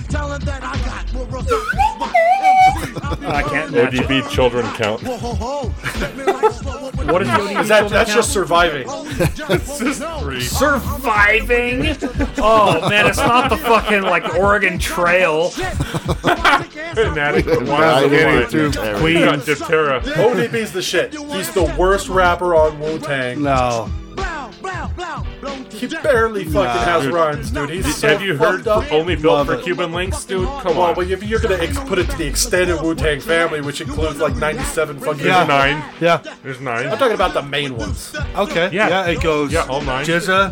S12: Tell him that I got more rough than my MC.
S1: I can't match it.
S4: ODB children count.
S12: Ho, ho, ho. Let me
S1: What is the ODB
S2: Is that-
S1: children
S2: that's
S1: count? <laughs>
S2: just surviving.
S12: This
S1: is Surviving? Oh man, it's not the fucking like Oregon Trail.
S4: Inadequate.
S1: I
S4: Why
S1: didn't
S4: is the
S1: do
S4: wine?
S1: that.
S4: Queen got Diptera.
S2: ODB's the shit. He's the worst rapper on Wu Tang.
S5: No.
S2: He barely fucking
S4: Nah.
S2: has
S4: Dude,
S2: runs, dude. He's
S4: did-
S2: so
S4: have you heard
S2: fucked up.
S4: for- only built
S2: Love
S4: for
S2: it.
S4: Cuban links, dude? Come
S2: well,
S4: on.
S2: Well, if you're gonna ex- put it to the extended Wu Tang family, which includes like 97 fucking
S4: There's nine.
S5: Yeah.
S4: There's nine.
S2: I'm talking about the main ones.
S5: Okay. Yeah. it goes.
S4: Yeah, all nine.
S5: Jizza,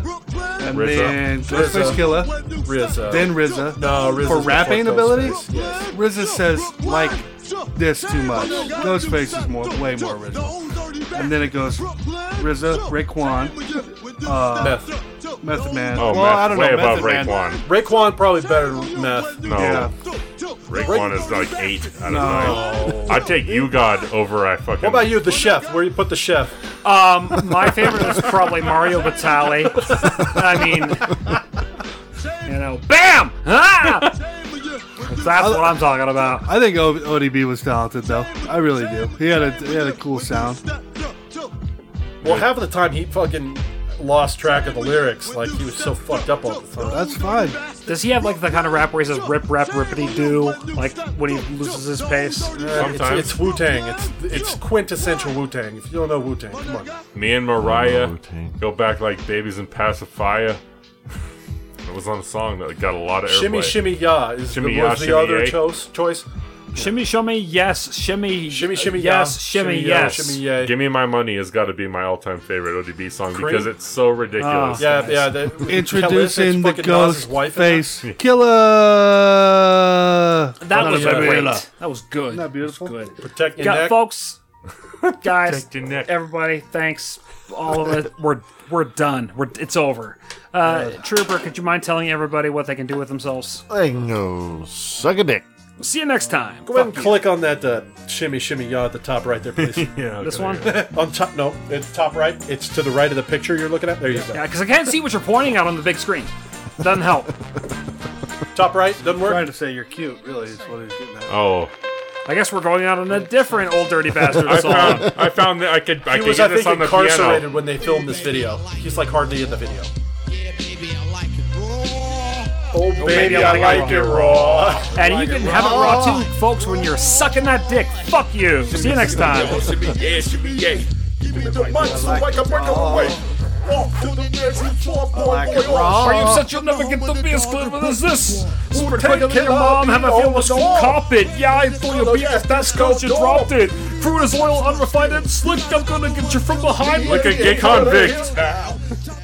S5: and
S4: RZA.
S5: then Ghostface
S2: RZA.
S5: Killah,
S2: RZA.
S5: then RZA.
S2: No, RZA's
S5: for
S2: before
S5: rapping
S2: Ghostface,
S5: ability.
S2: yes.
S5: RZA says like this too much. Ghostface is more, way more original. And then it goes RZA, Raekwon, uh,
S2: Meth.
S5: Method Man.
S4: Oh,
S5: well,
S4: Meth,
S5: I don't
S4: way
S5: know.
S4: above
S5: Method Man.
S4: Raekwon.
S2: Raekwon probably better than Meth.
S4: No.
S5: Yeah.
S4: Raekwon is like eight out of
S2: No.
S4: nine. I'd take You God over I fucking.
S2: What about you, the chef? Where you put the chef?
S1: Um, my favorite is probably Mario Batali. I mean, you know, bam! Ah! That's what I'm talking about.
S5: I think o- ODB was talented though. I really do. He had a he had a cool sound.
S2: Well, half of the time he fucking lost track of the lyrics. Like he was so fucked up all the time.
S5: That's fine.
S1: Does he have like the kind of rap where he says rip rap rippity do like when he loses his pace?
S4: Sometimes.
S2: It's, it's Wu Tang. It's it's quintessential Wu Tang. If you don't know Wu Tang, come on.
S4: Me and Mariah go back like babies in Pacifier. <laughs> it was on a song that got a lot of airplay.
S2: Shimmy Shimmy Ya is
S4: Shimmy
S2: the,
S4: Ya,
S2: was the
S4: Shimmy
S2: other
S4: Ya.
S2: choice. choice.
S1: Shimmy shimmy yes, shimmy
S2: Shimmy Shimmy Ya.
S1: yes, shimmy,
S2: Ya,
S1: yes.
S2: Shimmy Ya.
S4: Give me my money has got to be my all-time favorite ODB song
S2: Cream?
S4: because it's so
S1: Oh.
S4: ridiculous.
S2: Yeah, yeah.
S5: <laughs>
S2: That,
S5: Introducing the
S2: Kellis, it's fucking Nas's
S5: ghost
S2: wife.
S5: face killer.
S1: That was
S2: Banana.
S1: great. That was good. That
S5: beautiful?
S1: was good.
S2: Protect your
S1: Got-
S2: neck.
S4: <laughs>
S1: folks, guys,
S4: Protect your neck.
S1: everybody, thanks, all of it. We're we're done. We're it's over. Uh, Trooper, could you mind telling everybody what they can do with themselves?
S3: They can go suck a dick.
S1: See you next time.
S2: Go ahead and click on that uh, Shimmy Shimmy Ya at the top right there,
S5: <laughs>
S2: please.
S4: yeah.
S1: This one,
S2: on top, no, it's top right. It's to the right of the picture you're looking at. There you go.
S1: yeah, because I can't see what you're pointing out on the big screen. Doesn't help.
S2: Top right doesn't work.
S5: Trying to say you're cute, really, is what he's getting at.
S4: Oh,
S1: I guess we're going out on a different old dirty bastard
S4: <laughs> I found
S1: song.
S4: I found that I could I
S2: He
S4: could
S2: was,
S4: get
S2: I
S4: this
S2: think,
S4: on the
S2: incarcerated
S4: piano.
S2: when they filmed this video. He's like hardly in the video. Oh,
S1: baby, I like it
S2: raw.
S1: And you can have it raw too, folks, when you're sucking that dick. Fuck you. See you next time.
S4: yeah, should be yeah.
S1: Are you such you'll never get to be as good with as this? Super quick and your mom have a film was carpet. Yeah, I threw your beat at that scotch you dropped it. Fruit is oil, unrefined and slick. I'm gonna get you from behind
S4: Like a gay convict.